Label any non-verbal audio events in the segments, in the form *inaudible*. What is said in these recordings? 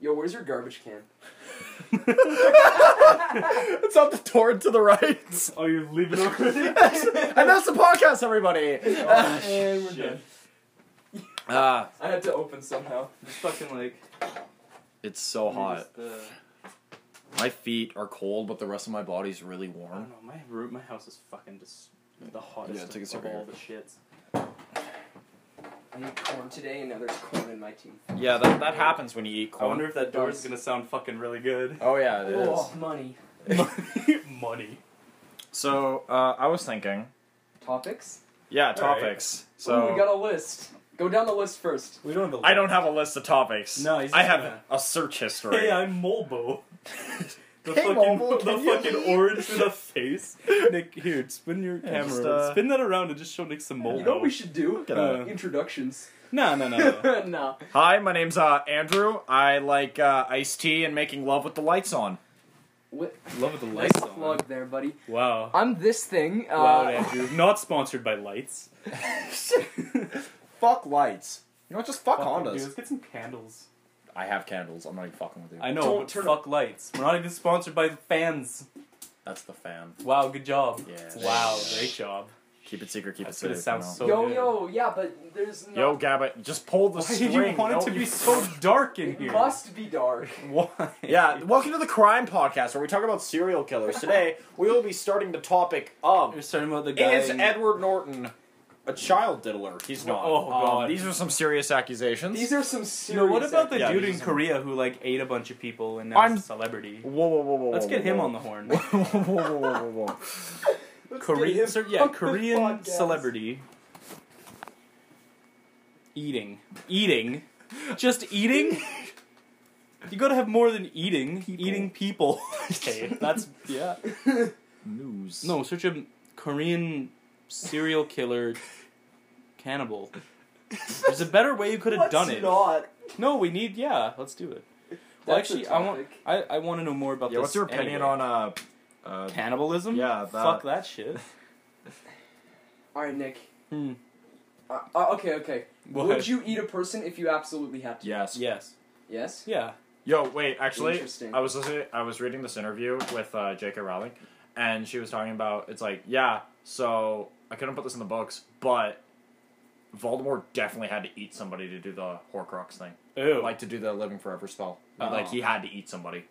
Yo, where's your garbage can? It's up the toward to the right. Oh, you leave it over there? *laughs* and that's the podcast, everybody. Oh, and we're done. Shit. Ah, I had to open somehow. It's fucking like. it's so hot. just, uh, My feet are cold, but the rest of my body's really I don't warm. know. My room, my house is fucking just the hottest Yeah, take a of sip of all your- the shits. I ate corn today, and now there's corn in my teeth. Yeah, that, that happens when you eat I wonder if that door is Does- gonna sound fucking *laughs* really good. Oh yeah, it is. Oh, money. Money. So uh, I was thinking, Topics? yeah, All right. Ooh, topics. So we got a list. Go down the list first. We don't have a. I don't have a list of topics. No, he's I just have gonna- a search *laughs* history. Hey, I'm Molbo. The Hey, fucking, Molbo, the can you fucking eat? orange with a *laughs* face. Nick, here, spin your camera. just, uh, Spin that around and just show Nick some Molbo. You know what we should do? at that. Introductions. No, no, no, *laughs* no. *laughs* nah. Hi, my name's uh, Andrew. I like uh, iced tea and making love with the lights on. What? Love with the Nice lights on. plug there, buddy. Wow. I'm this thing. Uh, wow, Andrew. Not sponsored *laughs* by lights. Fuck lights. You know, what, just fuck, Fucking Hondas. dude, Let's get some candles. I have candles. I'm not even fucking with you. I know, Don't but turn fuck lights. We're not even sponsored by fans. That's the fan. Wow, good job. Yeah. Wow, great job. Keep it secret. Keep That's it gonna safe. sound you know. so- yo, good. yo, yeah, but there's no. Yo, Gabbit, just pull the Why string. do you want no, it to you *laughs* be so *laughs* dark in it here? must be *laughs* dark. Why? Yeah, welcome to the Crime Podcast, where we talk about serial killers. Today, we will be starting the topic You're of starting about the guy. Is in- Edward Norton a child diddler? He's not. Oh, Um, God. these are some serious accusations. These are some You serious. know, what about the Yeah, dude he's in a- Korea who like ate a bunch of people and now I'm- is a celebrity? Whoa, whoa, whoa, whoa. Let's whoa, get whoa, him whoa. on the horn. *laughs* whoa, whoa, whoa, whoa, whoa, whoa. Let's get Korean, him so- yeah, on the Korean podcast. *laughs* celebrity eating, eating, just eating. *laughs* you gotta have more than eating. People. Eating people. *laughs* okay, that's yeah. News. No, search a Korean serial killer cannibal. There's a better way you could have Let's done it. Not. No, we need yeah. Let's do it. Well, That's actually, the I want topic. I, I want to know more about Yeah, this. what's your opinion anyway. on uh, uh cannibalism? Yeah, that- fuck *laughs* that shit. All right, Nick. Hmm. Uh, uh, okay, okay. What? Would you eat a person if you absolutely had to? Yes. Yes. Yes. Yeah. Yo, wait. Actually, Interesting. I was listening. I was reading this interview with uh, J.K. Rowling, and she was talking about it's like, yeah. So I couldn't put this in the books, but Voldemort definitely had to eat somebody to do the Horcrux thing, Ew. like to do the Living Forever spell. Oh. Like he had to eat somebody.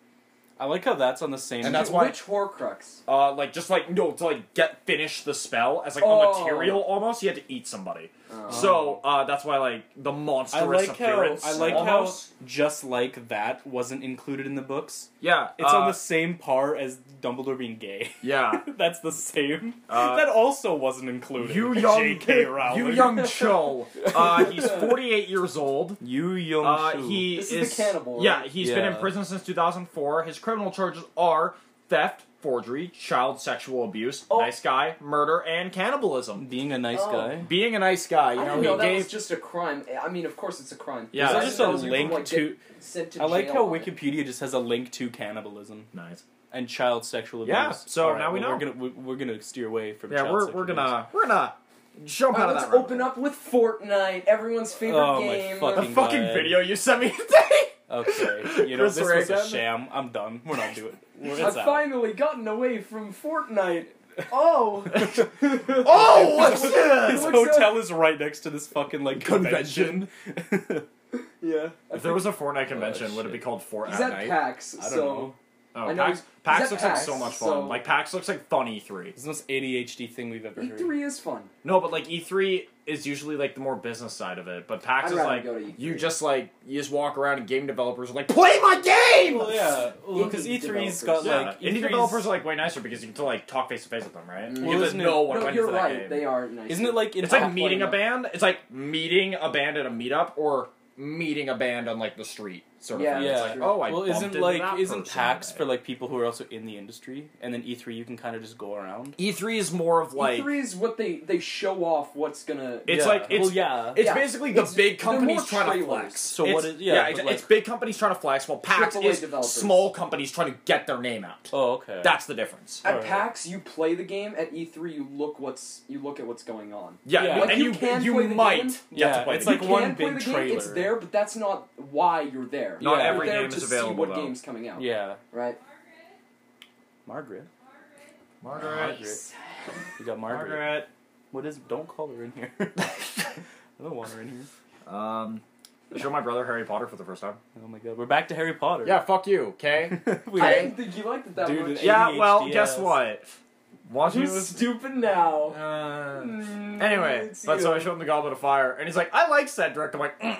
I like how that's on the same. And that's why- Which Horcrux? Uh, like just like no to like get finish the spell as like Oh. a material almost. He had to eat somebody. Oh. So uh, that's why like the monstrous I like how appearance. I like almost. how just like that wasn't included in the books. yeah. It's uh, on the same par as Dumbledore being gay. *laughs* yeah. that's the same. Uh, that also wasn't included. You young, J.K. Rowling. you *laughs* young Cho. Uh, he's 48 years old. You young. Uh, Shu. he This is is the cannibal, right? Yeah, he's been in Yeah. prison since 2004. His criminal charges are theft, forgery, child sexual abuse, Oh. nice guy, murder, and cannibalism. being a nice Oh. guy. Being a nice guy, you I know, didn't he know that gave. was just a crime. I mean, of course it's a crime. Yeah. Because Is there That's just I a suppose you link can, like, to? get sent to I like jail how on it. Wikipedia just has a link to cannibalism Nice. and child sexual abuse. Yeah, so now we well, know. We're gonna we're, we're gonna steer away from. Yeah, child we're, sexual we're abuse. gonna we're gonna jump All out right, of Uh, let's that. open up with Fortnite, everyone's favorite Oh, my game. The fucking- fucking God. video you sent *laughs* me today. *laughs* Okay, you know Chris this was a Reagan. sham. I'm done. We're not doing. *laughs* It's I've out. finally gotten away from Fortnite. Oh, *laughs* Oh, what's this? His It looks hotel is right next to this fucking like convention. *laughs* Convention. *laughs* yeah. I If there think- was a Fortnite convention, would it Oh, shit. be called Fortnite? he's at PAX, I don't so know. Oh, I know PAX, he's- PAX he's at looks like PAX, so much fun. so- Like PAX looks like fun E3. It's the most ADHD thing we've ever heard. E3 E is fun. No, but like E3 is usually like the more business side of it. But PAX I'd is rather like go to E E3. you just like you just walk around and game developers are like play my game. Well, yeah, because Indie E3's developers. got Yeah, like E indie E3's developers are like way nicer because you get to like talk face to face with them, right? E Mm. you Well, get to isn't it- know what no, went you're into that right. game. They are nice. Isn't it like in it's like Top meeting a lineup. band. It's like meeting a band at a meetup or meeting a band on like the street sort of Yeah, thing. yeah. It's like, oh, I well, bumped isn't into like that isn't person PAX today. for like people who are also in the industry, and then E3 you can kind of just go around. E3 E is more of like E3 E is what they they show off what's gonna. It's Yeah. like- it's- well, yeah. It's Yeah, basically the it's- big they're companies more trying to trailers. flex. So It's- what is- yeah, it's, but like- it's big companies trying to flex, while PAX AAA is developers. small companies trying to get their name out. oh, okay. That's the difference. at Alright. PAX, you play the game. At E3, you look what's you look at what's going on. Yeah, Yeah. you- Like, and you you can you play the might game. you have to Yeah, play it's the like game. You one can play big the game, It's trailer. there, but that's not why you're there. there. Not You're every there game to is see available, what though. game's coming out. Yeah, Right. Margaret. Margaret. Margaret. You got Margaret. Margaret. *laughs* What is? Don't call her in here. *laughs* I don't want her in here. Um, I showed my brother Harry Potter for the first time. Oh my god, we're back to Harry Potter. Yeah, fuck you, *laughs* okay? *laughs* we I didn't think you liked it that Dude, much. it- yeah, well, ADHD guess ass. what? Watching You're it was. stupid now. *laughs* Uh, Mm, anyway, it's but so I you. showed him the Goblet of Fire, and he's like, "I like Cedric." I'm like, mm.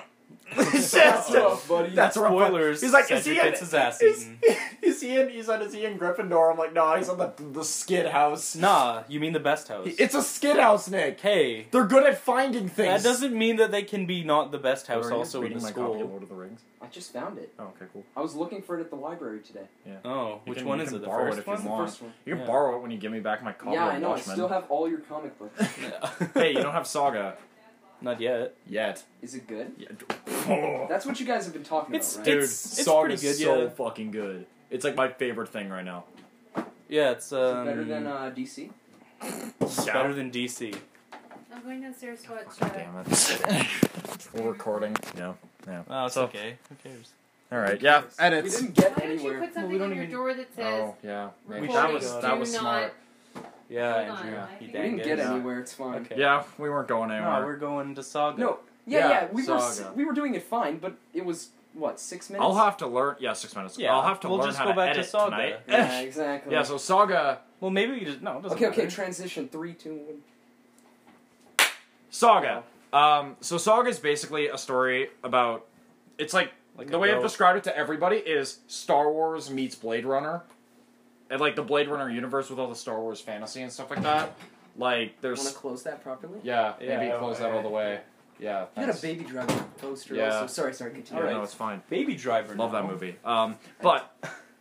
*laughs* "That's That's rough, rough." buddy. That's rough. Spoilers, He's like, "Is Cedric he in?" gets his ass is, eaten. is he in? He's like, "Is he in Gryffindor?" I'm like, "No, he's on the the Skid House." Nah, you mean the best house. it's a Skid House, Nick. hey, They're good at finding that things. doesn't mean that they can be not the best house Are you also in reading the my copy of school. Lord of the Rings. I just found it. Oh, okay, cool. I was looking for it at the library today. Oh, You which can- one you is can it? The borrow it first if What's one? the want. first one? You can Yeah. borrow it when you give me back my copy yeah, of I know. Watchmen. I *laughs* still have all your comic books. *laughs* hey, *laughs* you don't have Saga Not yet. yet. Is it good? Yeah. *laughs* That's what you guys have been talking It's- about, right? Dude, it's pretty Saga's good, so yeah. fucking good. It's like my favorite thing right now. Yeah, it's Is it um, better than uh, DC. Yeah. better than DC. I'm going downstairs to watch. Fucking damn it. *laughs* We're recording. Yeah. Oh, it's So- okay. Who cares? All right. Yeah. We Edits. didn't get uh, Why don't you anywhere. put something don't on your even- door that says? Oh yeah. Recording maybe. That was does that was do not- smart. Yeah, Hold on, Andrew. I You think- We dang didn't get it. Yeah. anywhere. It's fine. Okay. Yeah, we weren't going No, anywhere. we're going to Saga. No. Yeah, yeah. Yeah, we were s- Saga. we were doing it fine, but it was what six minutes. I'll have to learn. Yeah, six minutes. Yeah, I'll have to we'll learn just how go to back to edit Saga. tonight. *laughs* Yeah, exactly. yeah. So Saga. Well, maybe you just no. It doesn't okay. Okay. matter. Transition. Three, two, one. Saga. Um. So Saga is basically a story about. It's like, Like the a way I've boat. described it to everybody is Star Wars meets Blade Runner, and like the Blade Runner universe with all the Star Wars fantasy and stuff like that. Like Want to there's close that properly? yeah, Yeah, maybe I- close that all the way. Yeah. You got thanks. a baby driving poster. Yeah. Also. Sorry. Sorry. Yeah, Continue. Alright. no, it's fine. Baby Driver. Love now. that movie. Um, but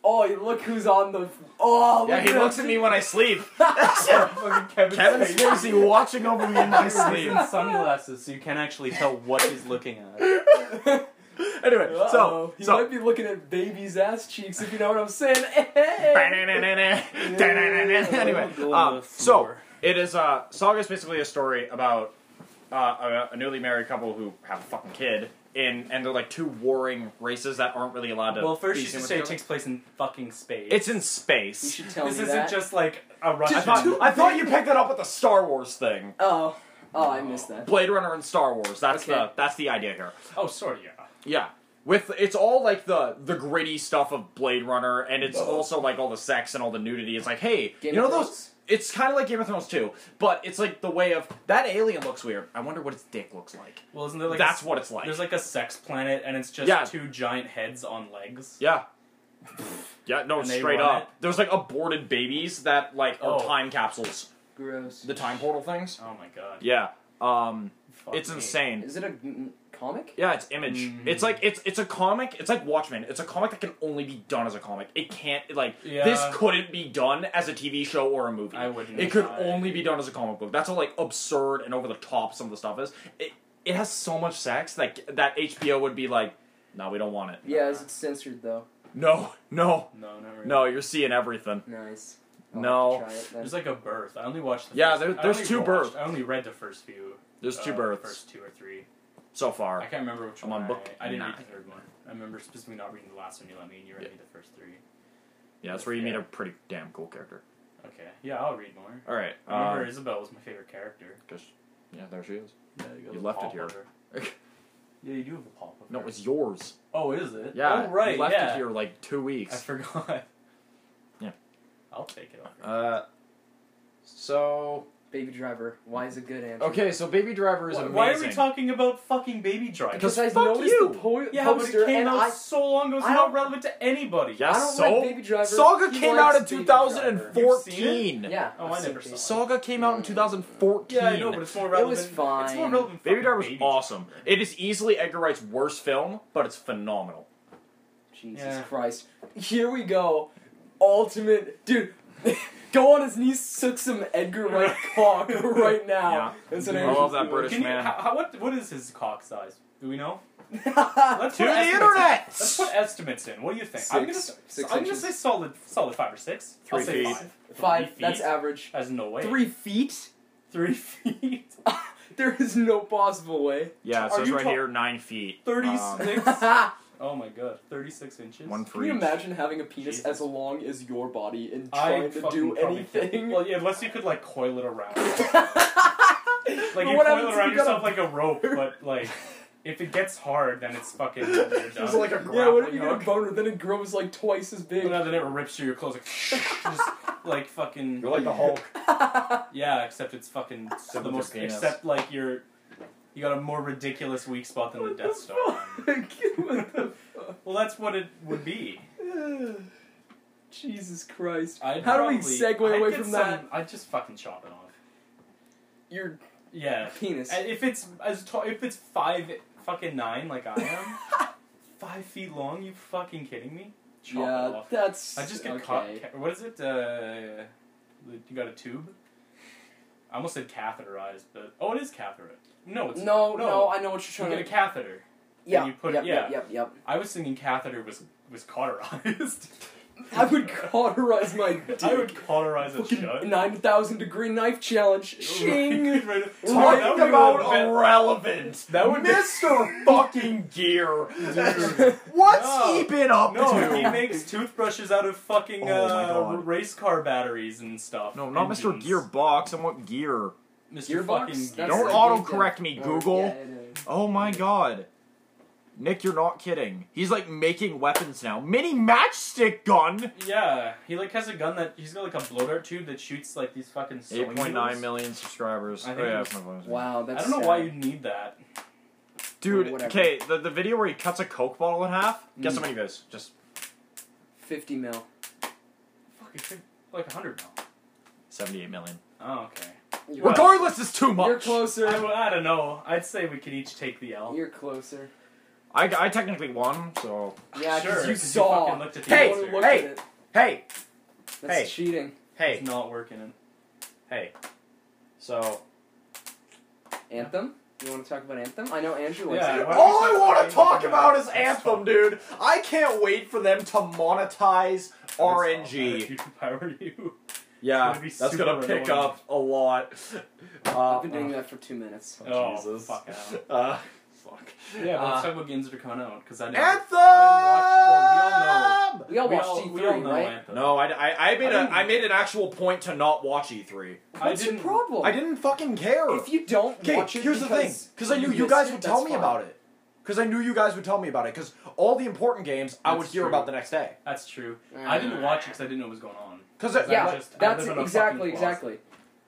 Oh, you look who's on the. Oh, yeah, look he who- looks *laughs* at me when I *laughs* sleep. Fucking Kevin, Kevin Spacey. Spacey watching over me in my He's sleep. in sunglasses, so you can't actually tell what he's looking *laughs* at. Anyway, Uh-oh. so he so. *laughs* might be looking at baby's ass cheeks if you know what I'm saying. *laughs* Hey! anyway, um, so it is. Uh, Saga is basically a story about uh, a, a newly married couple who have a fucking kid, in and they're like two warring races that aren't really allowed to. well, first be you seen should with say each it other. takes place in fucking space. It's in You space. should tell this me isn't that. just like a I Russian. thought, I thought you picked that up with the Star Wars thing. Oh, oh, I missed that. Blade Runner and Star Wars. That's Okay. the that's the idea here. oh, sorry, yeah. Yeah. With it's all like the the gritty stuff of Blade Runner, and it's Whoa. also like all the sex and all the nudity. It's like, hey, Game you know of those? Thrones? It's kind of like Game of Thrones too, but it's like the way of that alien looks weird. I wonder what its dick looks like. Well, isn't there like That's a, what it's like. There's like a sex planet, and it's just Yeah. two giant heads on legs. yeah. Yeah, no, And they straight run up. There's like aborted babies that like are Oh. time capsules. Gross. The time portal things. Oh my god. Yeah. Um, Fuck it's me. insane. Is it a mm, comic? Yeah, it's Image. Mhm. It's like it's it's a comic. It's like Watchmen. It's a comic that can only be done as a comic. It can't it, like Yeah. this couldn't be done as a TV show or a movie. I wouldn't. it could I- only be done as a comic book. That's how like absurd and over the top some of the stuff is. It it has so much sex that that HBO would be like, no, we don't want it. Yeah, is it censored though? No, no, No, not really. no. You're seeing everything. Nice. No. I'll have to try it then. There's like a birth. I only watched. The Yeah, first, there- I there's only two watched- births. I only read the first few. There's two uh, births First two or three. so I far. can't remember which I'm one. on book I, I didn't nine. read the third one. I remember specifically not reading the last one you let me, and you read me the first three. Yeah, that's where you meet Yeah. a pretty damn cool character. Okay. Yeah, I'll read more. All right. I remember um, Isabel was my favorite character. just yeah, there she is. Yeah, got You the left it pop here. over. *laughs* yeah, you do have a pop up. No, it's yours. Oh, is it? Yeah, Oh, right. You left yeah. it here like two weeks. I forgot. Yeah. I'll take it off. her. Uh, so Baby Driver. Why is it good, Andrew? okay, so Baby Driver is Why- amazing. why are we talking about fucking Baby Driver? Because- Because I fuck noticed you. the po- Yeah, but poster it came and out I. so long ago. It's I not don't- relevant to anybody. Yeah, I don't so like Baby Driver. Saga He came likes out in Baby 2014. Driver. Yeah. Oh, I I've seen never Baby saw Saga came out in 2014. Yeah, I know, but it's more It relevant. was It's more fine. relevant. Baby fucking Driver was Baby awesome. Driver. It is easily Edgar Wright's worst film, but it's phenomenal. Jesus Yeah. Christ. Here we go. Ultimate. Dude, *laughs* go on his knees, suck some Edgar *laughs* Wright cock right now. Yeah. That's what I Andrew's love that doing. British- Can you, man. how, how- what, what is his cock size? Do we know? *laughs* To the Let's put estimates in. internet! Let's put estimates in. What do you think? I'm gonna, Six- six I'm gonna inches. say solid, solid five or six. I'll Three say feet. five. Five. Three That's feet? average. There's no way. Three feet? *laughs* Three *laughs* feet. there is no possible way. Yeah, Are *laughs* it says you right ta- here nine feet. Um, Thirty-six. That's Oh my god, 36 inches. One Can for you each. imagine having a penis Jesus. as long as your body and I trying to fucking do probably can't. anything? Well, *laughs* yeah, unless you could like coil it around. But Like you what coil happens it if around you got yourself a- like a rope, but like if it gets hard, then it's fucking *laughs* you're done. There's like a yeah, what if grappling you get a hook. boner, then it grows like twice as big? You know, then it rips through your clothes like *laughs* just like fucking You're like the Hulk. yeah, except it's fucking Except the with most your penis. except like you're you got a more ridiculous weak spot than *laughs* the What Death the Star. fuck? *laughs* What the fuck? Well, that's what it would be. *sighs* Jesus Christ. I'd How do we probably- segue I'd away get from some- that? I'd just fucking chop it off. Your *laughs* Yeah. penis. And if it's as tall, if it's five fucking nine like I am, five feet long, you fucking kidding me? Chop it yeah, off. that's. I just get okay. caught. What is it? Uh, you got a tube? I almost said catheterized, but oh, it is catheter. No, it's No, no, no. I know what you're trying you get a to. catheter. Yeah, you put yep, it- yeah. yep, yep, yep. I was thinking catheter was was *laughs* cauterized. I would cauterize my dick. *laughs* I would cauterize it Fucking shut. 9,000 degree knife challenge. Shing! *laughs* *laughs* Right, right. Talk That Talk would be about the irrelevant. That would be- *laughs* Mr. fucking Gear. Dude. What's No. he been up best- No, to? he makes toothbrushes out of fucking Oh my uh, God. race car batteries and stuff. No, not Mr. Engines. Gearbox. I want Gear. Mr. Gearbox? Fucking That's Don't like autocorrect Gearbox. me, Oh, Google. yeah, it is. Oh my god. Nick, you're not kidding. He's like making weapons now. Mini matchstick gun! Yeah, he like has a gun that he's got like a blow dart tube that shoots like these fucking. sewing needles. million subscribers. Oh, I think it's- Wow, that's. I don't know sad. why you'd need that. Or Dude, whatever. okay, the, the video where he cuts a Coke bottle in half, guess how Mm. many views? Just 50 mil. Fuck, it took like a hundred now. 78 million. Oh, okay. You're, Well, Regardless, it's too much! you're closer. I, well, I don't know. I'd say we could each take the L. You're closer. I, I technically won, so. Yeah, sure. because you 'cause saw. fucking looked at the Hey, You answer. looked hey. at it. Hey! That's Hey. cheating. Hey! It's not working. In. Hey. So. Anthem? You want to talk about Anthem? I know Andrew likes Yeah, it. why don't All we I talk want about to talk Anthem? about is Let's Anthem, talk- dude! I can't wait for them to monetize If RNG. you *laughs* could power you. Yeah, gonna be that's super gonna pick annoying. up a lot. Uh, I've been doing that for two minutes. Oh, Jesus. fuck *laughs* out. Uh, fuck. Yeah, Uh, let's talk about games that are coming out because I didn't. Anthem! I We all we watched all, E3, we all know right? Anthem. No, I, I, I made I a didn't- I made an actual point to not watch E E3. I What's didn't. your problem? I didn't fucking care. If you don't Okay, watch it, here's the thing, because because I knew you missed guys it, would tell that's me fine. about it. Because I knew you guys would tell me about it. Because all the important games I That's would hear true. about the next day. That's true. I Uh, didn't watch it because I didn't know what was going on. Because Is that Yeah, just- I that's live in a exactly, fucking closet. exactly.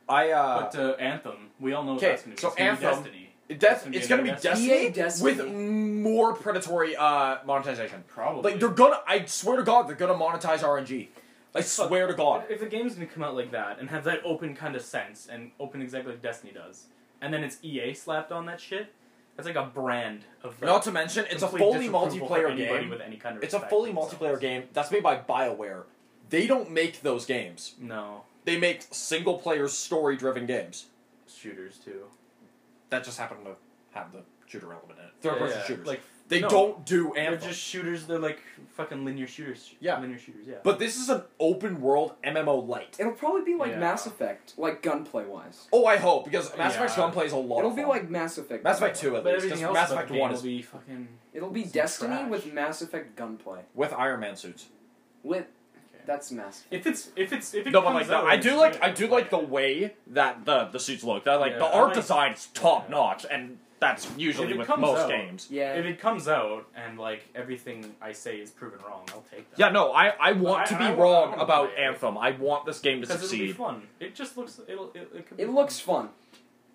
I uh, But uh, Anthem, we all know what 'Kay, that's gonna be. so It's gonna be Anthem- Destiny. Death, gonna be it's gonna be another Destiny, EA E Destiny. with more predatory uh monetization. Probably. Like they're gonna, I swear to God, they're gonna monetize RNG. I swear to God. If the game's gonna come out like that and have that open kind of sense and open exactly like Destiny does, and then it's EA slapped on that shit, that's like a brand of. Not to mention, it's a fully multiplayer game. With any kind of It's a respect fully themselves. multiplayer game that's made by BioWare. They don't make those games. No They make single player story driven games. shooters too. That just happen to have the shooter element in it. Third Yeah, person yeah, shooters. Like they no, don't do They're Anthem. just shooters. They're like fucking linear shooters. Yeah. Linear shooters. Yeah. But this is an open world MMO light. It'll probably be like Yeah. Mass Effect, like gunplay wise. Oh, I hope because Mass Yeah. Effect Gunplay is a lot. It'll of be fun. like Mass Effect. Mass Effect gunplay. Two at But least. everything Because else Mass about Effect the game One will is be fucking. It'll be Some Destiny trash. with Mass Effect gunplay. with Iron Man suits. With Okay. that's Mass. Effect. If it's if it's if it No, but comes like out, I do like it's- I do like the way that the the suits look. That like Yeah, the I art like- design is top notch, and that's usually it with comes most out- games. Yeah. If it comes out and like everything I say is proven wrong, I'll take that. Yeah, no, I, I want I- to and be I want- I wrong wanna about play it. Anthem. I want this game to because it'll be succeed. fun. It just looks it'll it, it, could be it looks Fun. fun.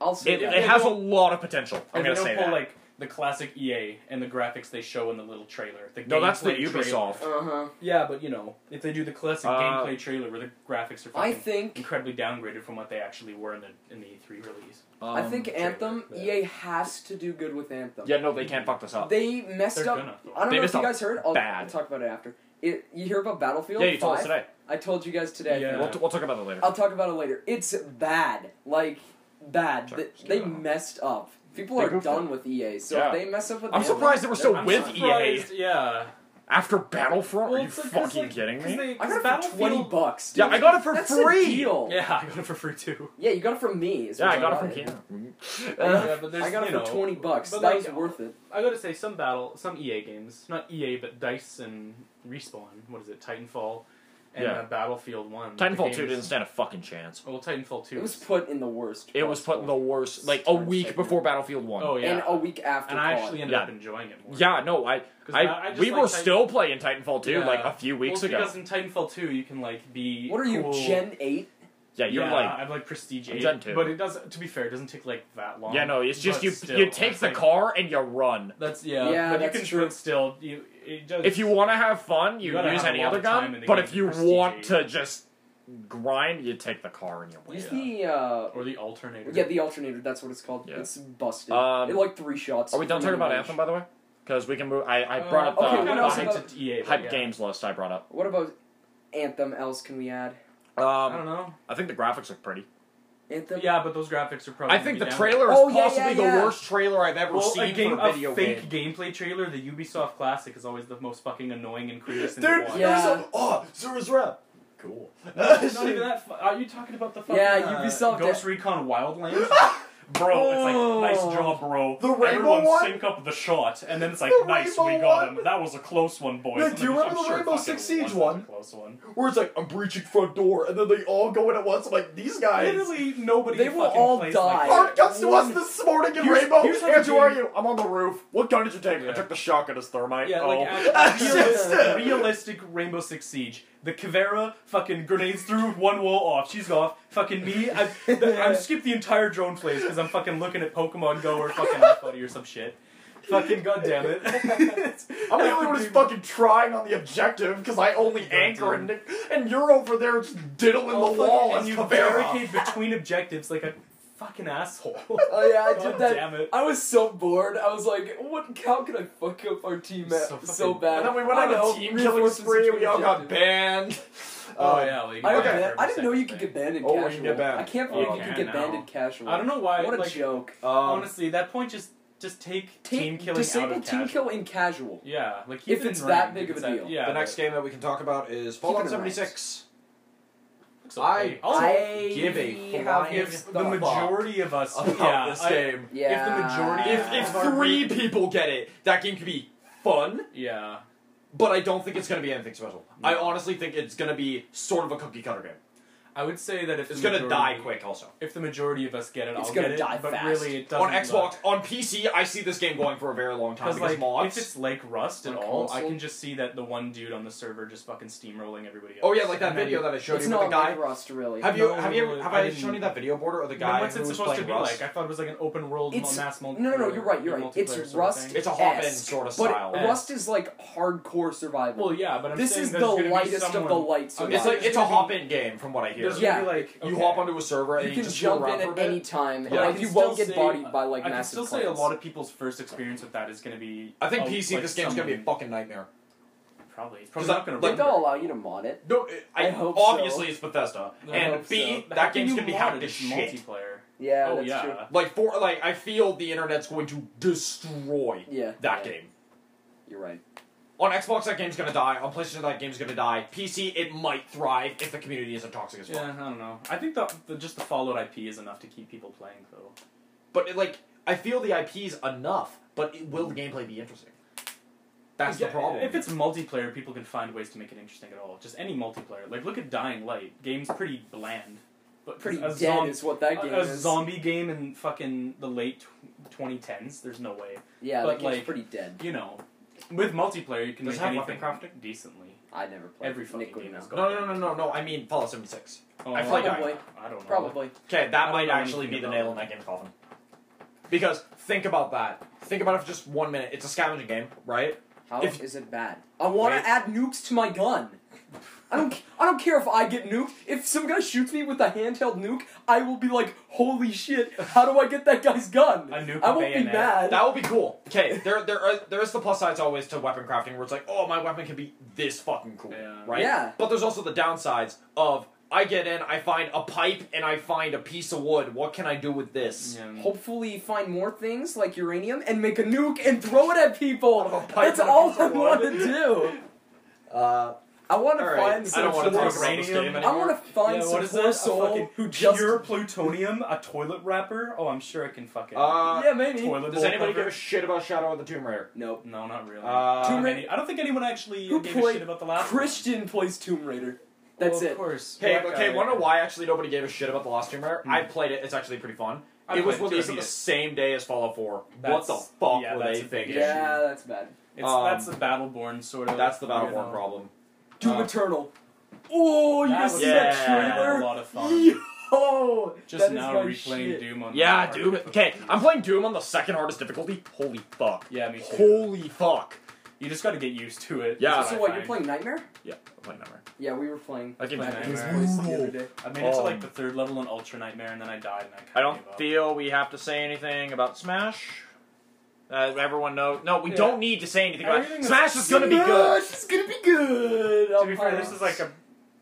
I'll say It, that. it has a lot of potential. I'm And they gonna don't say pull that. like the classic EA and the graphics they show in the little trailer. The no, that's the gameplay trailer. Ubisoft. uh huh. Yeah, but you know if they do the classic Uh, gameplay trailer where the graphics are I fucking think incredibly downgraded from what they actually were in the in the E3 release. I think Um, Anthem. yeah. EA has to do good with Anthem. Yeah, no, they can't fuck this up. They messed They're up. gonna. I don't They know if messed you up guys heard. I'll, I'll bad. talk about it after. It, you hear about Battlefield? yeah, you told us 5? today. I told you guys today. Yeah. Oh. We'll, we'll talk about that later. I'll talk about it later. It's bad. Like, bad. Sure, Th- just They, get it on. messed up. People They are goofed done with EA, so Yeah. if they mess up with I'm Anthem, surprised they were E they're so done. With I'm surprised, yeah. After Battlefront? Well, Are you it's like- 'cause, fucking like, kidding 'cause me? they- I 'cause got it for twenty Battlefield- bucks. Dude. yeah, I got it for That's a free. deal. Yeah, I got it for free too. Yeah, you got it from me. is Yeah, what I got it from it. *laughs* Keanu. Yeah, but there's, Uh, I got it you for know, twenty bucks. but, That like, was worth it. I gotta say, some battle, some EA games, not EA, but Dice and Respawn. What is it? Titanfall and Yeah. uh, Battlefield One. the Titanfall games- Two didn't stand a fucking chance. Well, Titanfall Two. It was is- put in the worst. It was put in the possible- worst, like a Time week segment. before Battlefield One. Oh yeah. and a week after. And I COD. actually ended Yeah. up enjoying it more. Yeah, no, I, 'Cause I, I just we like were Titan- still playing Titanfall Two Yeah. like a few weeks well, ago. Because in Titanfall Two, you can like be. What are you, cool. Gen Eight? Yeah, you're yeah, like, I'm like prestige I'm eight, Gen 2. but it does. To be fair, it doesn't take like that long. yeah, no, it's just but you, still, you take it's the like- car and you run. That's yeah. Yeah, but that's you can true. but still. You it does. If you want to have fun, You you, gotta use have a any lot other of time gun. in the But game if for you prestige want eight. to just grind, you take the car and you win. Use the uh, or the alternator. yeah, the alternator. That's what it's called. Yeah. It's busted. Um, it like three shots. Are we done from talking about range. Anthem, by the way? Because we can move. I, I brought up the, Uh, okay, the what else hype, about- EA, E but hype yeah. games list. I brought up. What about Anthem? Else can we add I don't Um, know. I think the graphics look pretty. Anthem? yeah, but those graphics are probably. I think the gonna be down. trailer is Oh, yeah, yeah, possibly the yeah. worst trailer I've ever Well, seen a, game, for a video a game. fake gameplay trailer, the Ubisoft Classic is always the most fucking annoying and craziest thing to watch. yeah. oh, Zura's rep. Cool. *laughs* It's *laughs* not even that. Fu- are you talking about the fucking Yeah, uh, Ubisoft- Ghost Recon Wildlands? bro, Oh. it's like nice job, bro. The rainbow Everyone one? sync up the shot, and then it's like The nice, rainbow we got one? him. That was a close one, boys. Yeah, And do you I'm- remember I'm the sure Rainbow fucking Six it Siege was a one? Close one. Where it's like I'm breaching front door, and then they all go in at once. I'm like, these Literally nobody. They will fucking all plays die. Like Art that. comes to us this morning in Here's- Rainbow. here's how Andrew, the are game- you? I'm on the roof. What gun did you take? I Yeah. took the shotgun as thermite. Yeah, oh. like *laughs* *laughs* actually, realistic, realistic Rainbow Six Siege. The Kavera fucking grenades through one wall off. She's off. Fucking me. I *laughs* I skipped the entire drone plays because I'm fucking looking at Pokemon Go or fucking Buddy or some shit. Fucking goddamn *laughs* it. I'm the only one who's *laughs* fucking trying on the objective because I only anchor and, and you're over there just diddling I'll the fucking- wall Oh, and as you Kavera. barricade between objectives like a fucking asshole. *laughs* Oh yeah, I God did that. damn it. I was so bored. I was like, "What? How could I fuck up our team So at- so, fucking- bad?" And then we went I on know, a team killing reinforcements spree. We all got rejected. banned. Oh Um, yeah, like, I, Okay. got ban- I didn't know you could get banned in Oh, you casual. can get banned. I can't Oh, believe you okay. could get Now. banned in casual. I don't know why. What a like, joke. um, Honestly, that point just just take Ta- team killing disable out of team casual. kill in casual. Yeah, like If even it's in that ranked, big of a it's that- deal. Yeah, the next game that we can talk about is Fallout it in ranks. 76. It's okay. I- Also, I give a have flying gives the fuck. majority of us About *laughs* yeah, this I- game. Yeah. majority- If, if Uh, three people get it, that game could be fun, yeah. but I don't think it's going to be anything special. I honestly think it's going to be sort of a cookie cutter game. I would say that if It's the going to die majority- quick also. If the majority of us get it, It's I'll gonna get it. die but fast. really, it doesn't. On Xbox, on PC, I see this game going for a very long time because because like mods. if it's like Rust at On all, I console? can just see that the one dude on the server just fucking steamrolling everybody else. oh yeah, like that And then- video that I showed It's you with the not guy. like Rust, really. have you have you No, have I I didn't- shown you that video board of the then guy what's who it was supposed playing to be Rust? like? I thought it was like an open world mo- It's- mass multi- no, no, no, you're right, you're right. multiplayer It's sort of Rust. thing. It's a hop in S, sort of But style. Yeah. Rust is like hardcore survival. Well, yeah, but I'm this saying is there's the gonna be lightest of someone- the light I'm survival. It's like There's it's a gonna be- hop in game from what I hear. There's Yeah. gonna be like You okay. hop onto a server and you you, can just jump go around in for a at bit. any time, Yeah. I and like, can you still won't get say- bodied by like I can massive still say a lot of people's first experience with that is going to be. I think oh, PC like this game's gonna be a someone- fucking nightmare. Probably. It's 'Cause probably I- not going to like, Like they'll allow you to mod it. No, it- I, I hope obviously it's Bethesda, I hope and so. B How that can game's you gonna be mod hacked as it? It's shit. multiplayer. Yeah, oh that's yeah. true. Like for like, I feel the internet's going to destroy Yeah, that yeah, game. You're right. On Xbox, that game's gonna die. On PlayStation, that game's gonna die. PC, it might thrive if the community isn't toxic as fuck. Yeah, I don't know. I think the, the just the Fallout IP is enough to keep people playing though. But it, like, I feel the IP's enough. But it, will the gameplay be interesting? That's Yeah, the problem. If it's multiplayer, people can find ways to make it interesting at all. Just any multiplayer. Like look at Dying Light. Game's pretty bland. But Pretty a dead zom- is what that a- game a, is. zombie game in fucking the late tw- 2010s. There's no way. yeah, but, that game's like- pretty dead. You know, with multiplayer, you can Does make it have anything weapon decently. I never played. Every fucking Nick would game know. is no, no, no, no, no. I mean Fallout 76. Oh, I play Probably. I don't know. Probably. Okay, I that don't might know actually be anything the about nail it. in that game's coffin. Because think about that. Think about it for just one minute. It's a scavenging game, right? How is If- it bad? I want Wait. to add nukes to my gun. I don't. I don't care if I get nuked. If some guy shoots me with a handheld nuke, I will be like, "Holy shit! How do I get that guy's gun?" A nuke I won't be bayonet. mad. That would be cool. Okay, there, there, are, there is the plus sides always to weapon crafting, where it's like, oh, my weapon can be this fucking cool, Yeah. right? Yeah. But there's also the downsides of I get in, I find a pipe, and I find a piece of wood. What can I do with this? Hopefully, find more things like uranium and make a nuke and throw it at people. Pipe That's and a all piece I of wood. want to do. Uh, I want to all find right. I some don't want to poor talk soul. about this game uranium. I anymore. want to find yeah, what some is poor this? A soul fucking who just pure plutonium, a toilet wrapper. Oh, I'm sure I can fucking. Uh, yeah maybe. toilet Does bowl anybody cover. give a shit about Shadow of the Tomb Raider? Nope. No, not really. Uh, Tomb Raider- Any- I don't think anyone actually Who gave a played shit about the last one. Christian plays Tomb Raider. That's well, it. Of course. Hey, Black okay, guy. wonder why actually nobody gave a shit about The Last Tomb Raider? Hmm. I played it, it's actually pretty fun. I it was played it too, released I on beat the it. same day as Fallout 4. That's- what the fuck yeah, were they that's a big thinking? Yeah, that's bad. It's, Um, that's the Battleborn sort of. That's the Battleborn you know. problem. Doom Uh, Eternal. Oh, you That guys was- see yeah, that that was trailer? a lot *laughs* of fun. Yo, Just that is now my replaying shit. Doom on. Yeah, my Doom. hard- Okay, I'm playing Doom on the second hardest difficulty. Holy fuck. Yeah, me too. Holy fuck. You just got to get used to it. Yeah. is So I what? You're find. playing Nightmare? Yeah, I'm playing Nightmare. Yeah, we were playing. That game's Playing Nightmare's Nightmare. place the other day. I made it to Um, like the third level in Ultra Nightmare, and then I died, and I. Kinda I don't gave up. feel we have to say anything about Smash. Uh, everyone know? No, we Yeah. don't need to say anything about Everything is- Smash. Is gonna be good. Smash is gonna be good. To I'm be fair, hyped. this is like a.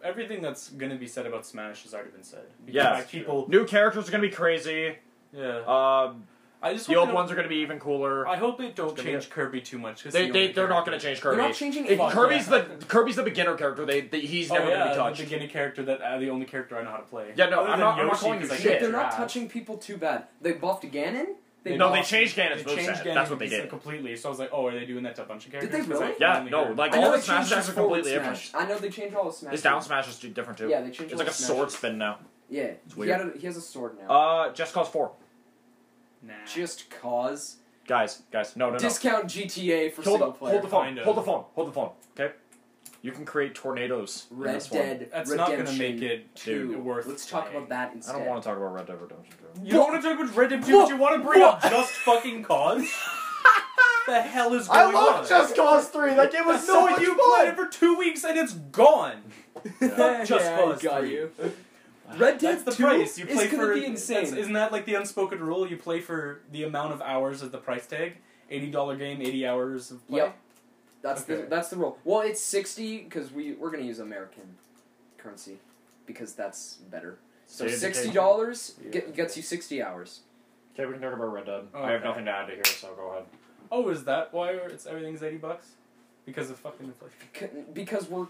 Everything that's gonna be said about Smash has already been said. Because Yeah, like, that's people. New characters are gonna be crazy. Yeah. Um, I just the hope old they don't- ones are gonna be even cooler. I hope they don't It's gonna be change Kirby too much. 'cause They, he they only they're not gonna carried- change They're Kirby. not changing It- anything. Kirby's yeah. the Kirby's the beginner character. They, they he's Oh, never yeah, gonna be touched. The beginning character that uh, the only character I know how to play. Yeah, no, Other I'm than not- I'm not Yoshi, calling you 'cause I shit. But can't they're not draft. touching people too bad. They buffed Ganon. They no, they buffed- changed They Ganon's changed moveset. Ganon's That's what they moveset did. completely. So I was like, oh, are they doing that to a bunch of characters? they 'Cause I really? Yeah, only no, heard- like I know all they the Smash changed attacks are forward completely different. Smash. I know they changed all the Smash. His down smash is different too. Yeah, they changed it's all like a the Smash. sword spin now. Yeah, weird. he, had a, he has a sword now. Uh, Just Cause Four. Nah. Just cause Guys, guys, no, no, no. discount GTA for Hold, single up, player. hold the phone. Kind of. Hold the phone. Hold the phone. Okay. You can create tornadoes. in Red this one. Dead That's not Redemption gonna make it two. worth Let's talk playing. about that I instead. don't want *laughs* to talk about Red Dead Redemption Two. You don't want to talk about Red Dead What? Two. You want to bring up What? Just Fucking *laughs* Cause? the hell is going I on? love Just Cause 3! That game I *laughs* was so saw much you fun! played it for two weeks and it's gone. Yeah, Fuck Just I Cause got 3. you. Red Dead That's the 2 price. You play is gonna for be insane. that's- Isn't that like the unspoken rule? You play for the amount of hours of the price tag. Eighty dollar game, eighty hours of play. Yep. That's the Okay. that's the rule. Well, it's sixty because we we're gonna use American currency because that's better. So Save the sixty cake. dollars Yeah. gets you sixty hours. Okay, we can talk about Red Dead. Oh, I have okay. nothing to add to here, so go ahead. Oh, is that why we're- it's everything's eighty bucks? Because of fucking inflation. C- because we're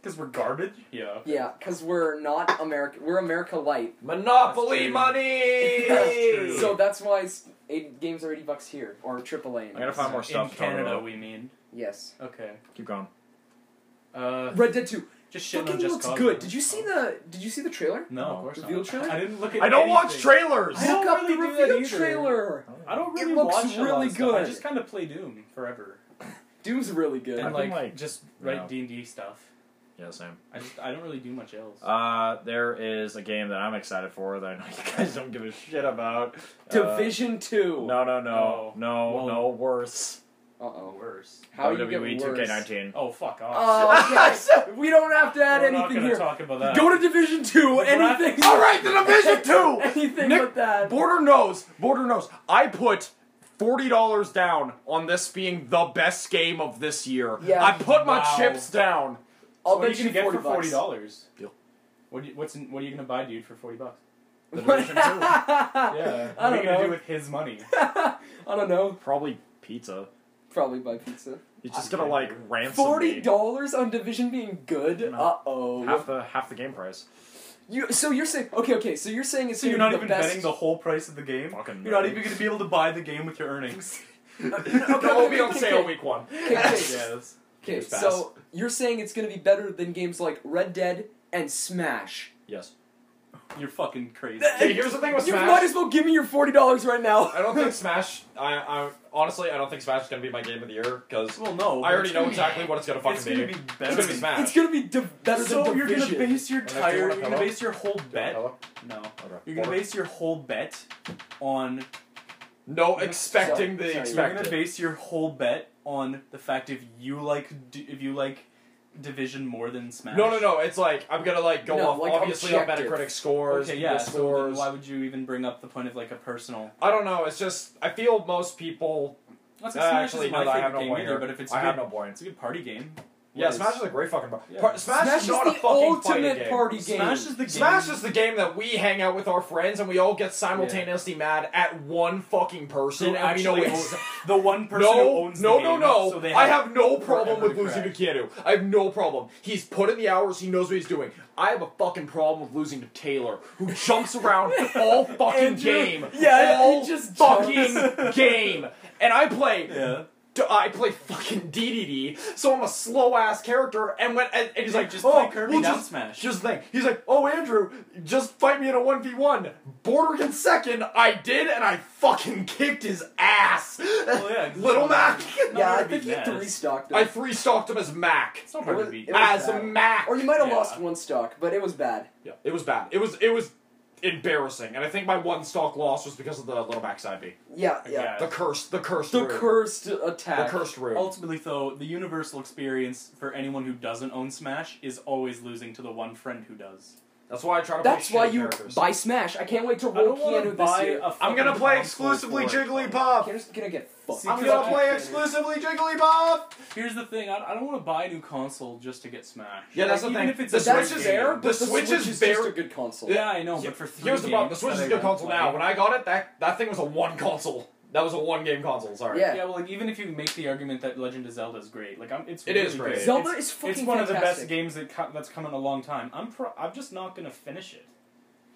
Because we're garbage. Yeah. yeah because we're not America. We're America light. That's Monopoly true. money! That's true. *laughs* So that's why it's, eight, games are eighty bucks here or AAA. I'm gonna find more In stuff. to talk Canada, about. we mean. Yes. Okay. Keep going. Uh, Red Dead Two just shitting on fucking just looks Cause. good. Did you see the Did you see the trailer? No. No, of course Reveal not. trailer? I didn't look at. I don't watch anything. trailers. I don't Look up the really do that reveal either. trailer. I don't It really looks watch a lot of really stuff. I good. just kind of play Doom forever. Doom's really good. and I've like, been, like, just you write know. D and D stuff. Yeah, same. I just I don't really do much else. Uh, there is a game that I'm excited for that I know *laughs* you guys don't give a shit about. Uh, Division Two. No, no, no, Oh. no, Well- no, worse. E Uh oh. worse. How you get WWE worse? 2K19. Oh fuck off. Oh, yes. *laughs* *laughs* we don't have to add We're not anything gonna here. talk about that. Go to Division Two. We're not- Anything. All right, the Division Two. *laughs* Anything Nick- but that. Border knows. Border knows. I put forty dollars down on this being the best game of this year. Yeah. I put my Wow. chips down. I'll what are bet you gonna get for *laughs* forty bucks. dollars? Deal. What do you, what's in, what are you gonna buy, dude, for forty bucks? The Division Two. Yeah. I what are you don't gonna know. do with his money? *laughs* I don't know. Probably pizza. Probably buy pizza. He's just gonna like ransom Forty me. dollars on Division being good. No. Uh Half oh. the half the game *laughs* price. You. So you're saying okay, okay. So you're saying it's so you're gonna not be even the best. betting the whole price of the game. Fucking You're not nerd. even gonna be able to buy the game with your earnings. *laughs* okay, That will okay, be on okay, sale okay. week one. *laughs* Okay, yes. Okay, Just pass. so you're saying it's gonna be better than games like Red Dead and Smash. Yes. You're fucking crazy. Hey, here's the thing with You Smash. might as well give me your forty dollars right now. I don't think Smash. I, I honestly, I don't think Smash is gonna be my game of the year because well, no. I already but know exactly what it's gonna fucking It's gonna be better. It's gonna be Smash. It's gonna be div- better so than you're Division. gonna base your Do you want a entire, you're gonna pillow? base your whole bet. No, you're gonna base your whole bet on no expecting Sorry, sorry, the You're gonna expected. base your whole bet on the fact if you like d- if you like division more than Smash. No, no, no. It's like I'm gonna like go No, off like, obviously on objective. Metacritic scores, Okay, yeah. PS So then scores. why would you even bring up the point of like a personal? I don't know. It's just I feel most people. That's Uh, actually, no, I have no point either, here. but if it's a I good, have no point. it's a good party game. Yeah, is- Smash is a great fucking party. Yeah. Smash, Smash is not the a fucking fighting ultimate game. party game. Smash is the game. Smash is the game that we hang out with our friends and we all get simultaneously mad at one fucking person. Who and we know actually it's- the one person who *laughs* no, owns no, the no, game. no. So they I have no problem forever with to losing to crack. Keanu. I have no problem. He's put in the hours. He knows what he's doing. I have a fucking problem with losing to Taylor, who jumps around *laughs* all fucking Andrew, game. yeah, he all just fucking game. And I play. Yeah. D- uh, I play fucking DDD, so I'm a slow ass character. And when and, and he's like, just play oh, Kirby we'll down just, smash." Here's the thing. He's like, oh Andrew, just fight me in a one v one. Border in second. I did, and I fucking kicked his ass. *laughs* *laughs* Well, yeah, 'cause it's Little Mac. not- not *laughs* Yeah, hard I to think beat you have to Ness. restock them. I three stocked him as Mac. It's not hard to It beat. was- As bad. Mac. or you might have Yeah. lost one stock, but it was bad. Yeah, it was bad. It was it was embarrassing, and I think my one stock loss was because of the little Mac side B. Yeah, yeah. Yeah. The curse. The curse. The cursed attack. The cursed room. Ultimately, though, the universal experience for anyone who doesn't own Smash is always losing to the one friend who does. That's why I try to. That's play why shitty you characters. buy Smash. I can't wait to I roll don't want to Keanu this buy year. a. I'm gonna fucking play console exclusively for it. Jigglypuff. Keanu's gonna get fucked. See, I'm Because gonna I- play exclusively Jigglypuff. Here's the thing: I, I don't want to buy a new console just to get Smash. Yeah, that's Like, the even thing. If The it's a That's Switch is great there, game. but the Switch is just bare- a good console. Yeah, I know, Yeah, but for three Here's the problem. The games Switch that is I a good wanna console play- now. When I got it, that that thing was a one console. That was a one game console. Sorry. Yeah. Yeah, well, like, even if you make the argument that Legend of Zelda is great, like I'm, it's It really is great. good. Zelda It's- is fucking It's one of the best fantastic. games that co- that's come in a long time. I'm pro- I'm just not gonna finish it.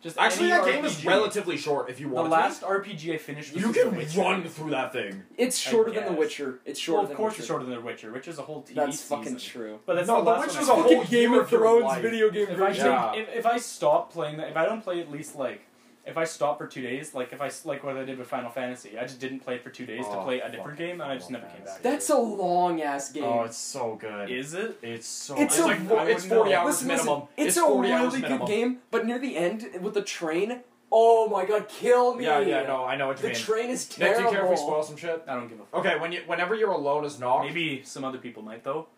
Just Actually, any that game is RPG. relatively short. If you The want, last RPG I finished. Was you The can Witcher. run through that thing. It's I shorter than The guess. Witcher. It's shorter Well, of than course, Witcher. it's shorter than The Witcher. Which is a whole TV That's season. fucking true. But that's No, the The last Witcher's one I a played. whole year of your life. game If I version. Yeah. take, if, if I stop playing that, if I don't play at least like, if I stop for two days, like if I s- like what I did with Final Fantasy, I just didn't play it for two days to Oh, play a fuck different game, and I just never came back. That's a long ass game. Oh, so good. Is it? It's Oh, so. It's it's a- like four- I it's wouldn't forty know. hours listen, listen, minimum. It's, a 40 hours really minimum. good game, but near the end with the train, oh my god, kill me! Yeah, yeah, no, I know what you The mean. train is Nick, do terrible. you care if we spoil some shit? I don't give a fuck. Okay, when you whenever you're alone as Noct, Maybe some other people might though.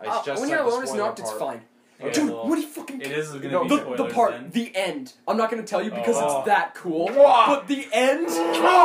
it's Uh, just when like you're the alone, it's spoiler knocked. It's part. fine. Okay, Dude, well, what do you fucking? It is gonna No, be the, spoilers the part, then. the end. I'm not gonna tell you because Oh. it's that cool. Mwah. But the end,